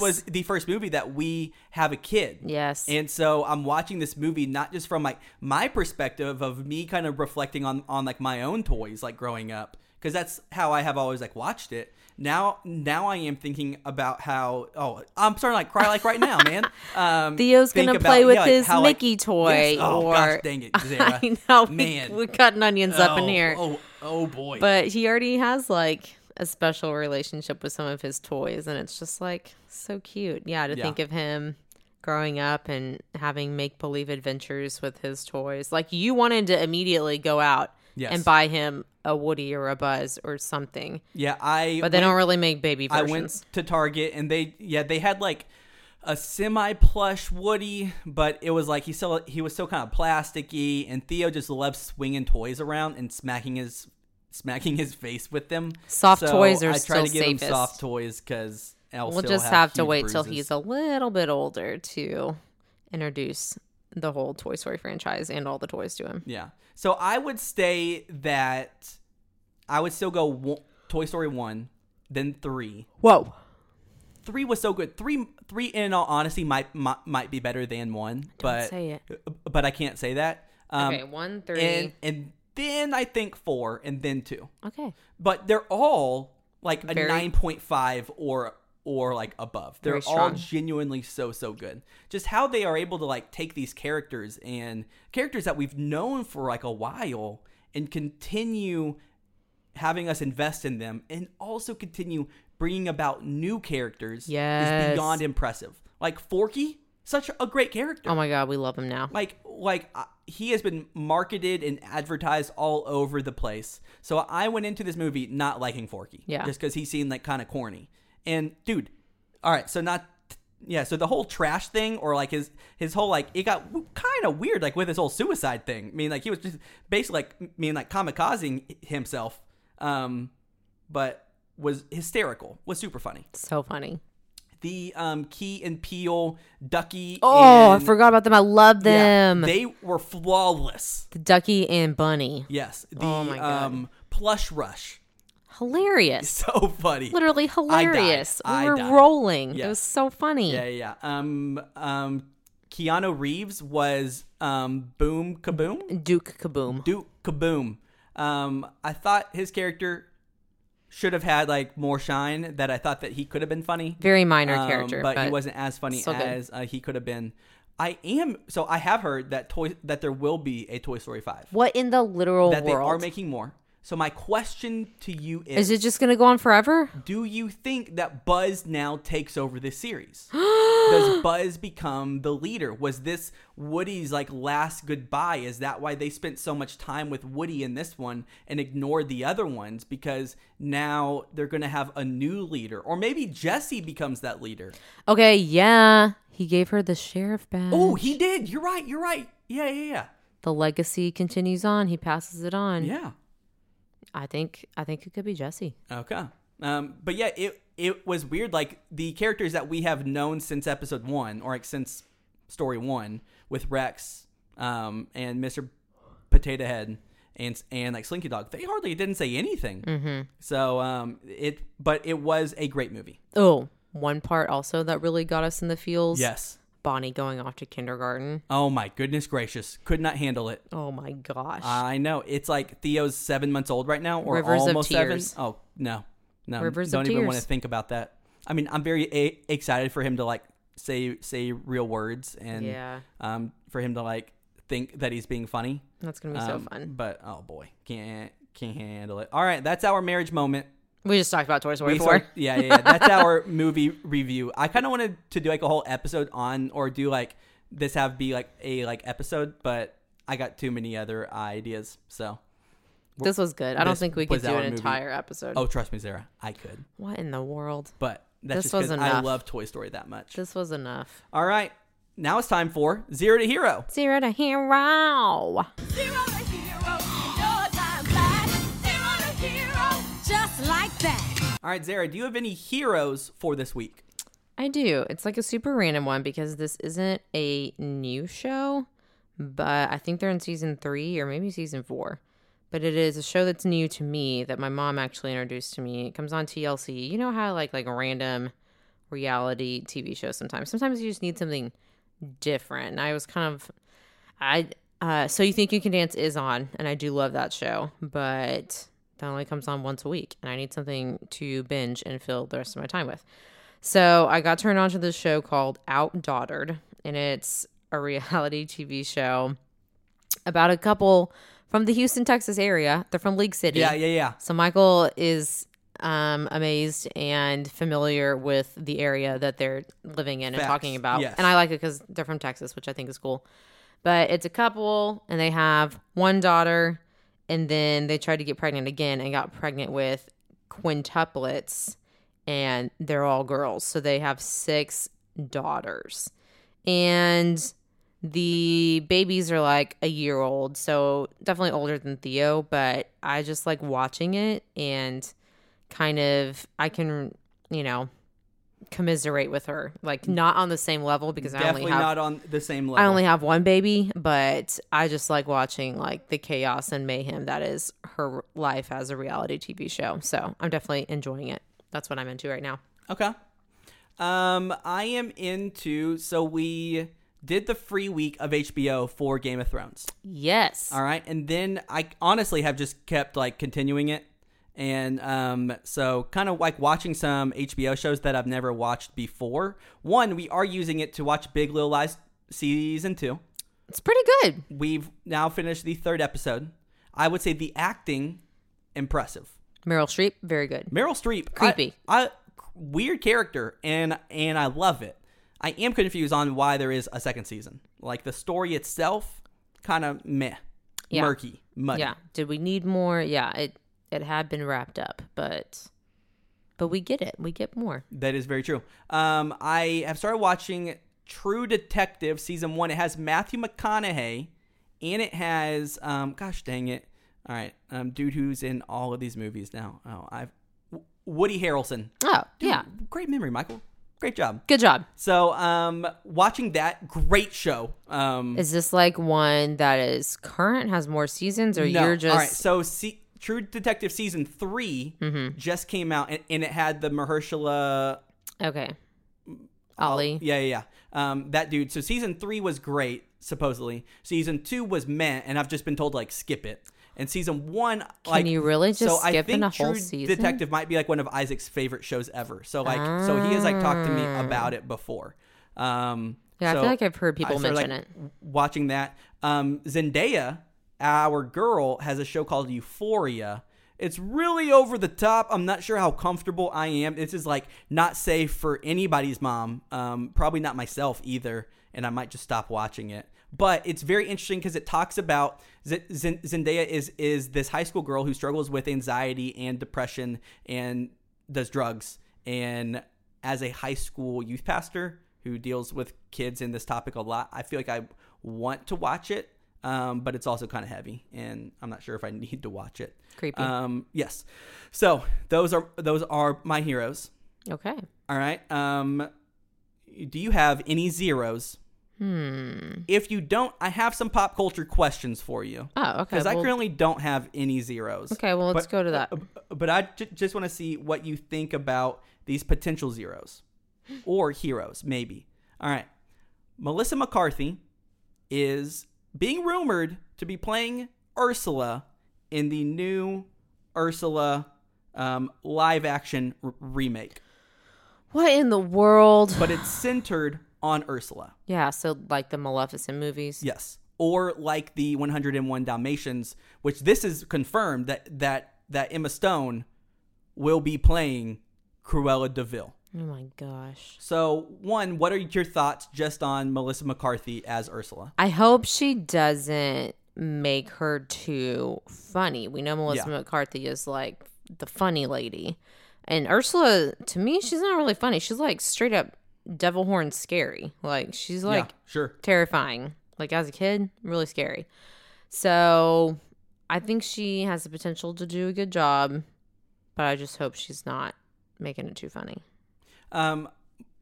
S1: this was the first movie that we have a kid.
S2: yes.
S1: And so I'm watching this movie not just from like my perspective of me kind of reflecting on on like my own toys like growing up because that's how I have always like watched it. Now now I am thinking about how oh I'm starting to like cry like right now,
S2: [LAUGHS]
S1: man. Um
S2: Theo's
S1: think
S2: gonna
S1: about-
S2: play with
S1: yeah, like,
S2: his
S1: how, like-
S2: Mickey toy
S1: Yes. Oh
S2: or
S1: gosh, dang it, Zara.
S2: [LAUGHS] [LAUGHS] I know we-
S1: man.
S2: we're cutting onions up in
S1: Oh,
S2: here.
S1: Oh, oh boy.
S2: But he already has like a special relationship with some of his toys and it's just like so cute. Yeah, to
S1: Yeah.
S2: think of him growing up and having make believe adventures with his toys. Like you wanted to immediately go out
S1: Yes.
S2: and buy him a Woody or a Buzz or something.
S1: yeah, I
S2: But they
S1: went-
S2: don't really make baby
S1: I
S2: versions.
S1: went to Target and they yeah they had like a semi plush Woody, but it was like he still he was still kind of plasticky, and Theo just loved swinging toys around and smacking his smacking his face with them.
S2: Soft toys are
S1: I try
S2: still
S1: to give him
S2: safest.
S1: soft toys because
S2: we'll just have, to wait till he's a little bit older to introduce the whole Toy Story franchise and all the toys to him.
S1: yeah. So I would say that I would still go one, Toy Story one, then three.
S2: Whoa.
S1: Three was so good. Three, three in all honesty might might, might be better than one, but
S2: say it.
S1: but I can't say that. Um,
S2: okay, one, three.
S1: and and then I think four, and then two.
S2: okay.
S1: But they're all like a
S2: Very-
S1: nine point five or or like above. They're
S2: Very
S1: all
S2: strong.
S1: genuinely so so good. Just how they are able to like take these characters and characters that we've known for like a while and continue having us invest in them and also continue bringing about new characters is
S2: Yes.
S1: beyond impressive. Like Forky, such a great character
S2: Oh my God, we love him now.
S1: like like uh, he has been marketed and advertised all over the place. So I went into this movie not liking Forky,
S2: Yeah.
S1: just because he seemed like kind of corny. And dude, all right, so not yeah, so the whole trash thing or like his his whole like it got kind of weird like with his whole suicide thing. I mean like he was just basically like I mean like kamikazing himself, um, but was hysterical, was super funny.
S2: So funny.
S1: The um Key and Peel, Ducky.
S2: Oh,
S1: and,
S2: I forgot about them. I love
S1: yeah,
S2: them.
S1: they were flawless.
S2: the Ducky and Bunny.
S1: Yes. The
S2: Oh my God.
S1: um plush rush. [LAUGHS]
S2: Hilarious.
S1: So funny.
S2: Literally
S1: I died.
S2: hilarious.
S1: I
S2: We were
S1: died.
S2: rolling.
S1: Yes.
S2: It was so funny.
S1: Yeah, yeah. yeah. Um um Keanu Reeves was um boom kaboom.
S2: Duke Kaboom.
S1: Duke kaboom. Um I thought his character should have had like more shine that I thought that he could have been funny.
S2: Very minor
S1: Um,
S2: character.
S1: but, he wasn't as funny
S2: still good.
S1: as uh, he could have been. I am so I have heard that toy that there will be a Toy Story 5.
S2: What in the literal
S1: that they
S2: world?
S1: are making more. So my question to you
S2: Is it just going to go on forever?
S1: Do you think that Buzz now takes over this series? Does Buzz become the leader? Was this Woody's like last goodbye? Is that why they spent so much time with Woody in this one and ignored the other ones because now they're going to have a new leader or maybe Jesse becomes that leader?
S2: Okay, yeah. He gave her the sheriff badge.
S1: Oh, he did. You're right. You're right. Yeah, yeah, yeah.
S2: the legacy continues on. He passes it on.
S1: Yeah.
S2: I think I think it could be Jesse.
S1: Okay. Um, but yeah, it it was weird. Like the characters that we have known since episode one, or like since story one, with Rex um, and Mister Potato Head and and like Slinky Dog, they hardly didn't say anything. Mm-hmm. So um, it, but it was a great movie.
S2: Oh, one part also that really got us in the feels.
S1: Yes.
S2: Bonnie going off to kindergarten.
S1: Oh my goodness gracious. Could not handle it.
S2: Oh my gosh.
S1: I know. It's like Theo's seven months old right now, or
S2: Rivers of
S1: almost
S2: tears.
S1: seven. Oh no, no,
S2: Rivers of
S1: don't even
S2: tears.
S1: want to think about that. I mean, I'm very a- excited for him to like say say real words and
S2: Yeah.
S1: um for him to like think that he's being funny.
S2: That's going to be
S1: Um,
S2: so fun.
S1: But oh boy, can't can't handle it. All right, that's our marriage moment.
S2: We just talked about Toy Story
S1: We
S2: 4.
S1: sort- yeah, yeah, yeah. That's our [LAUGHS] movie review. I kind of wanted to do like a whole episode on, or do like this have be like a like episode, but I got too many other ideas. So,
S2: [LAUGHS] this was good. I don't
S1: this
S2: think we could
S1: was
S2: do
S1: our
S2: an
S1: movie.
S2: entire episode.
S1: oh, trust me, Sarah, I could,
S2: What in the world?
S1: but that's
S2: This
S1: just
S2: was
S1: 'cause I
S2: enough.
S1: love Toy Story that much.
S2: This was enough.
S1: All right, now it's time for zero to hero.
S2: Zero to hero.
S4: Zero to hero, no time flat. Zero to hero, just like that.
S1: All right, Zara, do you have any heroes for this week?
S2: I do. It's like a super random one because this isn't a new show, but I think they're in season three or maybe season four. But it is a show that's new to me that my mom actually introduced to me. It comes on TLC. You know how I like like random reality TV shows sometimes. Sometimes you just need something different. And I was kind of I uh so you think you can dance is on and I do love that show, but that only comes on once a week and I need something to binge and fill the rest of my time with. So I got turned on to this show called Outdaughtered, and it's a reality [LAUGHS] TV show about a couple from the Houston, Texas area. They're from League City.
S1: Yeah, yeah, yeah.
S2: So Michael is um, amazed and familiar with the area that they're living in
S1: Facts.
S2: and talking about.
S1: Yes.
S2: And I like it because they're from Texas, which I think is cool. But it's a couple, and they have one daughter, and then they tried to get pregnant again and got pregnant with quintuplets, and they're all girls. So they have six daughters. And the babies are like a year old, so definitely older than Theo, but I just like watching it and kind of I can, you know, commiserate with her. Like not on the same level because I only
S1: Definitely
S2: have
S1: not on the same level.
S2: I only have one baby, but I just like watching like the chaos and mayhem that is her life as a reality TV show. So, I'm definitely enjoying it. That's what I'm into right now.
S1: Okay. Um, I am into. So we did the free week of HBO for Game of Thrones.
S2: Yes.
S1: All right, and then I honestly have just kept like continuing it, and um, so kind of like watching some HBO shows that I've never watched before. One, we are using it to watch Big Little Lies season two.
S2: It's pretty good.
S1: We've now finished the third episode. I would say the acting impressive.
S2: Meryl Streep, very good.
S1: Meryl Streep, I-
S2: Creepy.
S1: I, weird character, and and I love it. I am confused on why there is a second season. Like the story itself, kind of meh,
S2: Yeah.
S1: murky, muddy.
S2: Yeah. Did we need more? Yeah, it it had been wrapped up, but but we get it. We get more.
S1: That is very true. Um, I have started watching True Detective season one. It has Matthew McConaughey, and it has um, gosh dang it, all right, um, dude who's in all of these movies now. Oh, I've W- Woody Harrelson.
S2: Oh,
S1: Dude,
S2: yeah.
S1: great memory, Michael. Great job.
S2: Good job.
S1: So, um, watching that great show. Um,
S2: Is this like one that is current, has more seasons, or
S1: no.
S2: you're just Mm-hmm.
S1: all right. So, see, True Detective season 3 just came out, and, and it had the Mahershala.
S2: okay?
S1: Oh,
S2: Ollie,
S1: Yeah, yeah, yeah. Um, that dude. So, season three was great, supposedly. Season two was meh, and I've just been told like skip it. And season one, like,
S2: you really just
S1: so I
S2: skip in
S1: think
S2: a whole
S1: True
S2: season?
S1: Detective might be like one of Isaac's favorite shows ever. So, like, so he has like talked to me about it before. Um,
S2: Ah. yeah. I
S1: so-
S2: feel like I've heard people
S1: I started,
S2: mention
S1: like,
S2: it.
S1: w- Watching that, um, Zendaya, our girl, has a show called Euphoria. It's really over the top. I'm not sure how comfortable I am. This is like not safe for anybody's mom. Um, probably not myself either. And I might just stop watching it. But it's very interesting because it talks about Z- Zen- Zendaya is is this high school girl who struggles with anxiety and depression and does drugs and as a high school youth pastor who deals with kids in this topic a lot, I feel like I want to watch it, um, but it's also kind of heavy, and I'm not sure if I [LAUGHS] need to watch it.
S2: Creepy.
S1: Um, yes. So those are those are my heroes.
S2: Okay.
S1: All right. Um, do you have any zeros?
S2: Mm-hmm.
S1: Hmm. If you don't, I have some pop culture questions for you.
S2: Oh, okay.
S1: Because I
S2: well-
S1: currently don't have any zeros.
S2: okay. Well, let's
S1: But- uh,
S2: go to that.
S1: But I j- just want to see what you think about these potential zeros or heroes, maybe. All right. Melissa McCarthy is being rumored to be playing Ursula in the new Ursula um, live action r- remake,
S2: What in the world?
S1: but it's centered on Ursula.
S2: yeah, so like the Maleficent movies.
S1: Yes. Or like the 101 Dalmatians, which this is confirmed that that that Emma Stone will be playing Cruella Deville.
S2: Oh my gosh.
S1: So, one, what are your thoughts just on Melissa McCarthy as Ursula?
S2: I hope she doesn't make her too funny. We know Melissa
S1: Yeah.
S2: McCarthy is like the funny lady. And Ursula, to me, she's not really funny. She's like straight up devil horn scary. Like she's like
S1: yeah, sure.
S2: terrifying. Like as a kid, really scary. So I think she has the potential to do a good job, but I just hope she's not making it too funny.
S1: Um,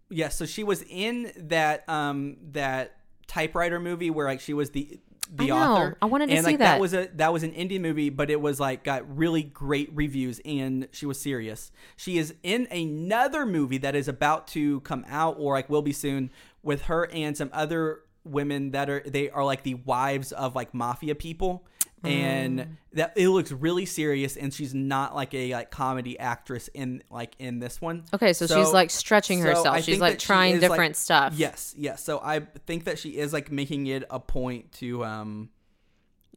S1: yeah. So she was in that um that typewriter movie where like she was the the
S2: I know.
S1: author.
S2: I wanted to
S1: and,
S2: see
S1: like,
S2: that.
S1: was a that was an indie movie, but it was like got really great reviews, and she was serious. She is in another movie that is about to come out or like will be soon with her and some other women that are they are like the wives of like mafia people and
S2: Mm.
S1: that it looks really serious and she's not like a like comedy actress in like in this one
S2: Okay, so she's, like, stretching herself.
S1: I
S2: She's,
S1: think
S2: like,
S1: that she
S2: trying
S1: is,
S2: different stuff.
S1: Yes, yes. So I think that she is like making it a point to um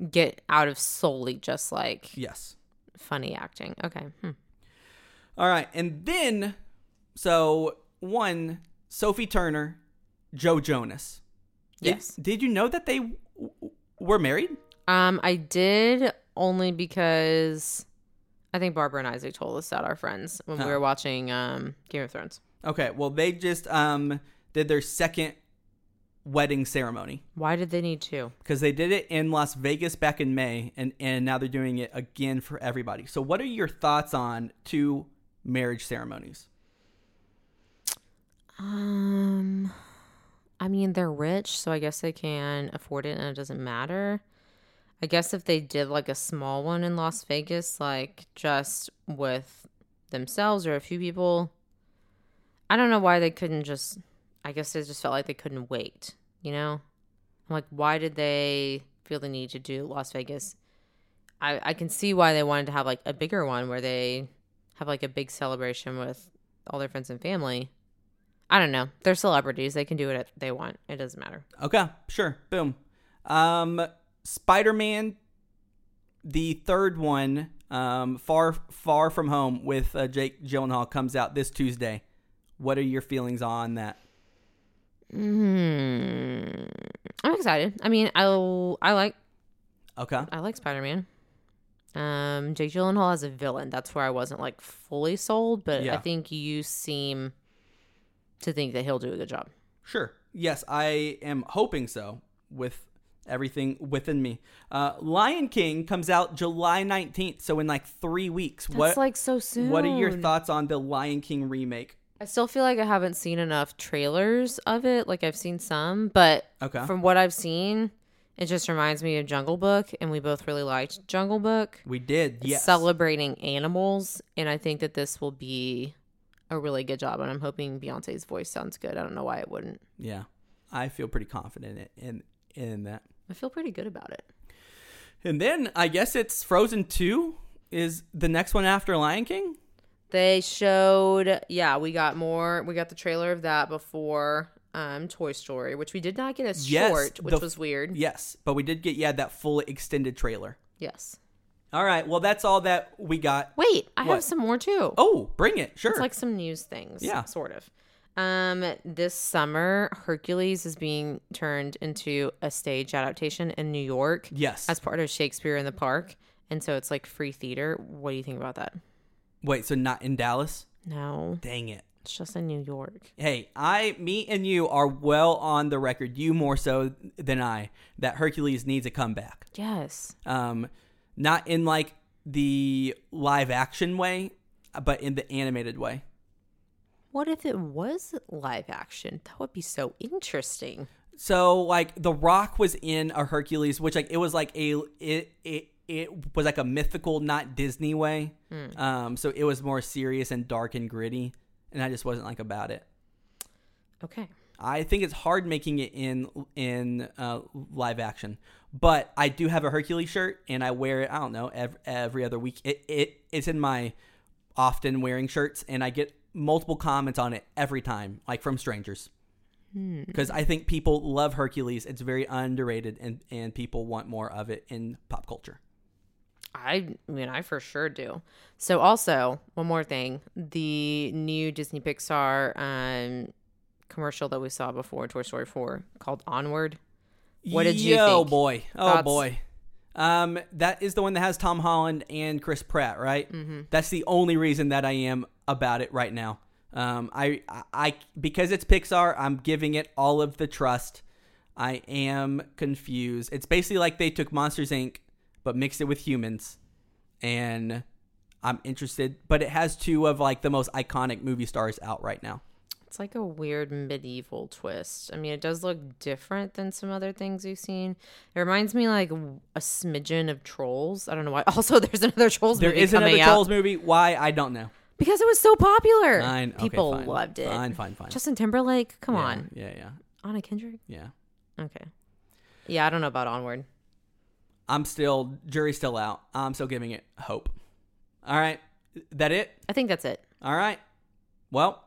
S2: Get out of solely just like
S1: yes.
S2: funny acting. Okay. Hmm.
S1: All right. And then so one Sophie Turner, Joe Jonas. Did-
S2: Yes.
S1: Did, you know that they w- w- were married?
S2: Um, I did only because I think Barbara and Isaac told us that our friends when we were watching um Game of Thrones.
S1: Okay. Well, they just um did their second wedding ceremony
S2: Why did they need to?
S1: because they did it in Las Vegas back in May and and now they're doing it again for everybody. So what are your thoughts on two marriage ceremonies?
S2: Um, I mean, they're rich, so I guess they can afford it and it doesn't matter. I guess if they did like a small one in Las Vegas, like just with themselves or a few people, I don't know why they couldn't just, I guess they just felt like they couldn't wait, you know? I'm like, why did they feel the need to do Las Vegas? I, I can see why they wanted to have like a bigger one where they have like a big celebration with all their friends and family. I don't know. They're celebrities. They can do what they want. It doesn't matter.
S1: Okay, sure. Boom. Um Spider-Man the third one um Far Far From Home with uh, Jake Gyllenhaal comes out this Tuesday. What are your feelings on that?
S2: Mm. I'm excited. I mean, I I like
S1: Okay.
S2: I like Spider Man. Um, Jake Gyllenhaal as a villain. That's where I wasn't like fully sold, but I
S1: Yeah.
S2: think you seem to think that he'll do a good job.
S1: Sure. Yes, I am hoping so with everything within me. Uh Lion King comes out July 19th, so in like 3 weeks.
S2: That's
S1: what
S2: like so soon.
S1: What are your thoughts on the Lion King remake?
S2: I still feel like I haven't seen enough trailers of it. Like I've seen some, but
S1: Okay.
S2: from what I've seen, it just reminds me of Jungle Book, and we both really liked Jungle Book.
S1: We did. Yes.
S2: celebrating animals and i think that this will be a really good job and i'm hoping beyonce's voice sounds good i don't know why it wouldn't
S1: yeah. I feel pretty confident in in, in that.
S2: i feel pretty good about it
S1: And then I guess it's Frozen 2 is the next one after Lion King?
S2: they showed yeah we got more we got the trailer of that before um toy story which we did not get as
S1: Yes,
S2: short which
S1: the-
S2: was weird
S1: Yes, but we did get yeah that full extended trailer.
S2: yes
S1: All right, well that's all that we got.
S2: wait i have
S1: What?
S2: some more too
S1: Oh, bring it. Sure.
S2: It's like some news things.
S1: Yeah.
S2: Sort of. Um, this summer, Hercules is being turned into a stage adaptation in New York.
S1: Yes.
S2: As part of Shakespeare in the Park. And so it's like free theater. What do you think about that?
S1: Wait, so not in Dallas?
S2: No,
S1: Dang it.
S2: it's just in New York.
S1: Hey, I me and you are well on the record, you more so than I, that Hercules needs a comeback.
S2: Yes.
S1: Um not in like the live action way, but in the animated way.
S2: What if it was live action? That would be so interesting.
S1: So like The Rock was in a Hercules, which like it was like a it it it was like a mythical, not Disney way. Um, so it was more serious and dark and gritty, and I just wasn't like about it.
S2: Okay.
S1: I think it's hard making it in in uh, live action, but I do have a Hercules shirt and I wear it. I don't know every, every other week. It, it it's in my often wearing shirts, and I get multiple comments on it every time, like from strangers, because I think people love Hercules. It's very underrated, and and people want more of it in pop culture.
S2: I mean, I for sure do. So, also, one more thing the new Disney Pixar um, commercial that we saw before Toy Story 4 called Onward. What did you
S1: Oh
S2: think?
S1: boy! Oh
S2: Thoughts?
S1: boy! Um, that is the one that has Tom Holland and Chris Pratt, right? Mm-hmm. That's the only reason that I am about it right now. Um, I, I, I, because it's Pixar, I'm giving it all of the trust. I am confused. It's basically like they took Monsters Inc. but mixed it with humans, and I'm interested. But it has two of like the most iconic movie stars out right now.
S2: It's like a weird medieval twist. I mean, it does look different than some other things we've seen. It reminds me like a smidgen of Trolls. I don't know why. [LAUGHS] Also, there's another Trolls
S1: There
S2: movie
S1: is
S2: coming
S1: another
S2: out
S1: Trolls movie. Why I don't know.
S2: because it was so popular.
S1: Fine. Okay,
S2: People
S1: fine.
S2: loved it.
S1: Fine, fine, fine.
S2: Justin Timberlake, come on.
S1: Yeah, yeah,
S2: Anna Kendrick.
S1: yeah.
S2: Okay. Yeah, I don't know about Onward.
S1: I'm still jury's still out. I'm still giving it hope. All right, that it.
S2: I think that's it.
S1: All right. Well,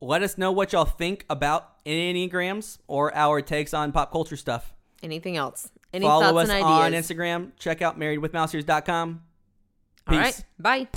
S1: let us know what y'all think about Enneagrams or our takes on pop culture stuff.
S2: Anything else? Any
S1: Follow
S2: thoughts
S1: us
S2: and
S1: on
S2: ideas?
S1: Instagram. Check out marriedwithmousers.com.
S2: All right. Bye.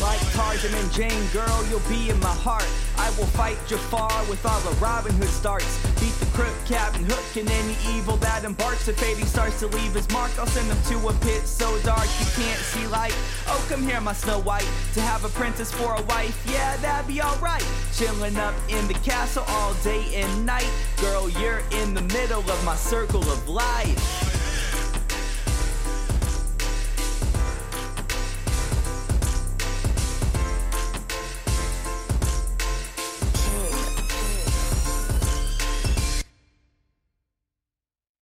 S3: Like Tarzan and Jane, girl, you'll be in my heart. I will fight Jafar with all the Robin Hood starts. Beat the crook, Captain Hook, and any evil that embarks. If Eddie starts to leave his mark, I'll send him to a pit so dark you can't see light. Oh, come here, my Snow White, to have a princess for a wife. Yeah, that'd be alright. Chilling up in the castle all day and night. Girl, you're in the middle of my circle of life.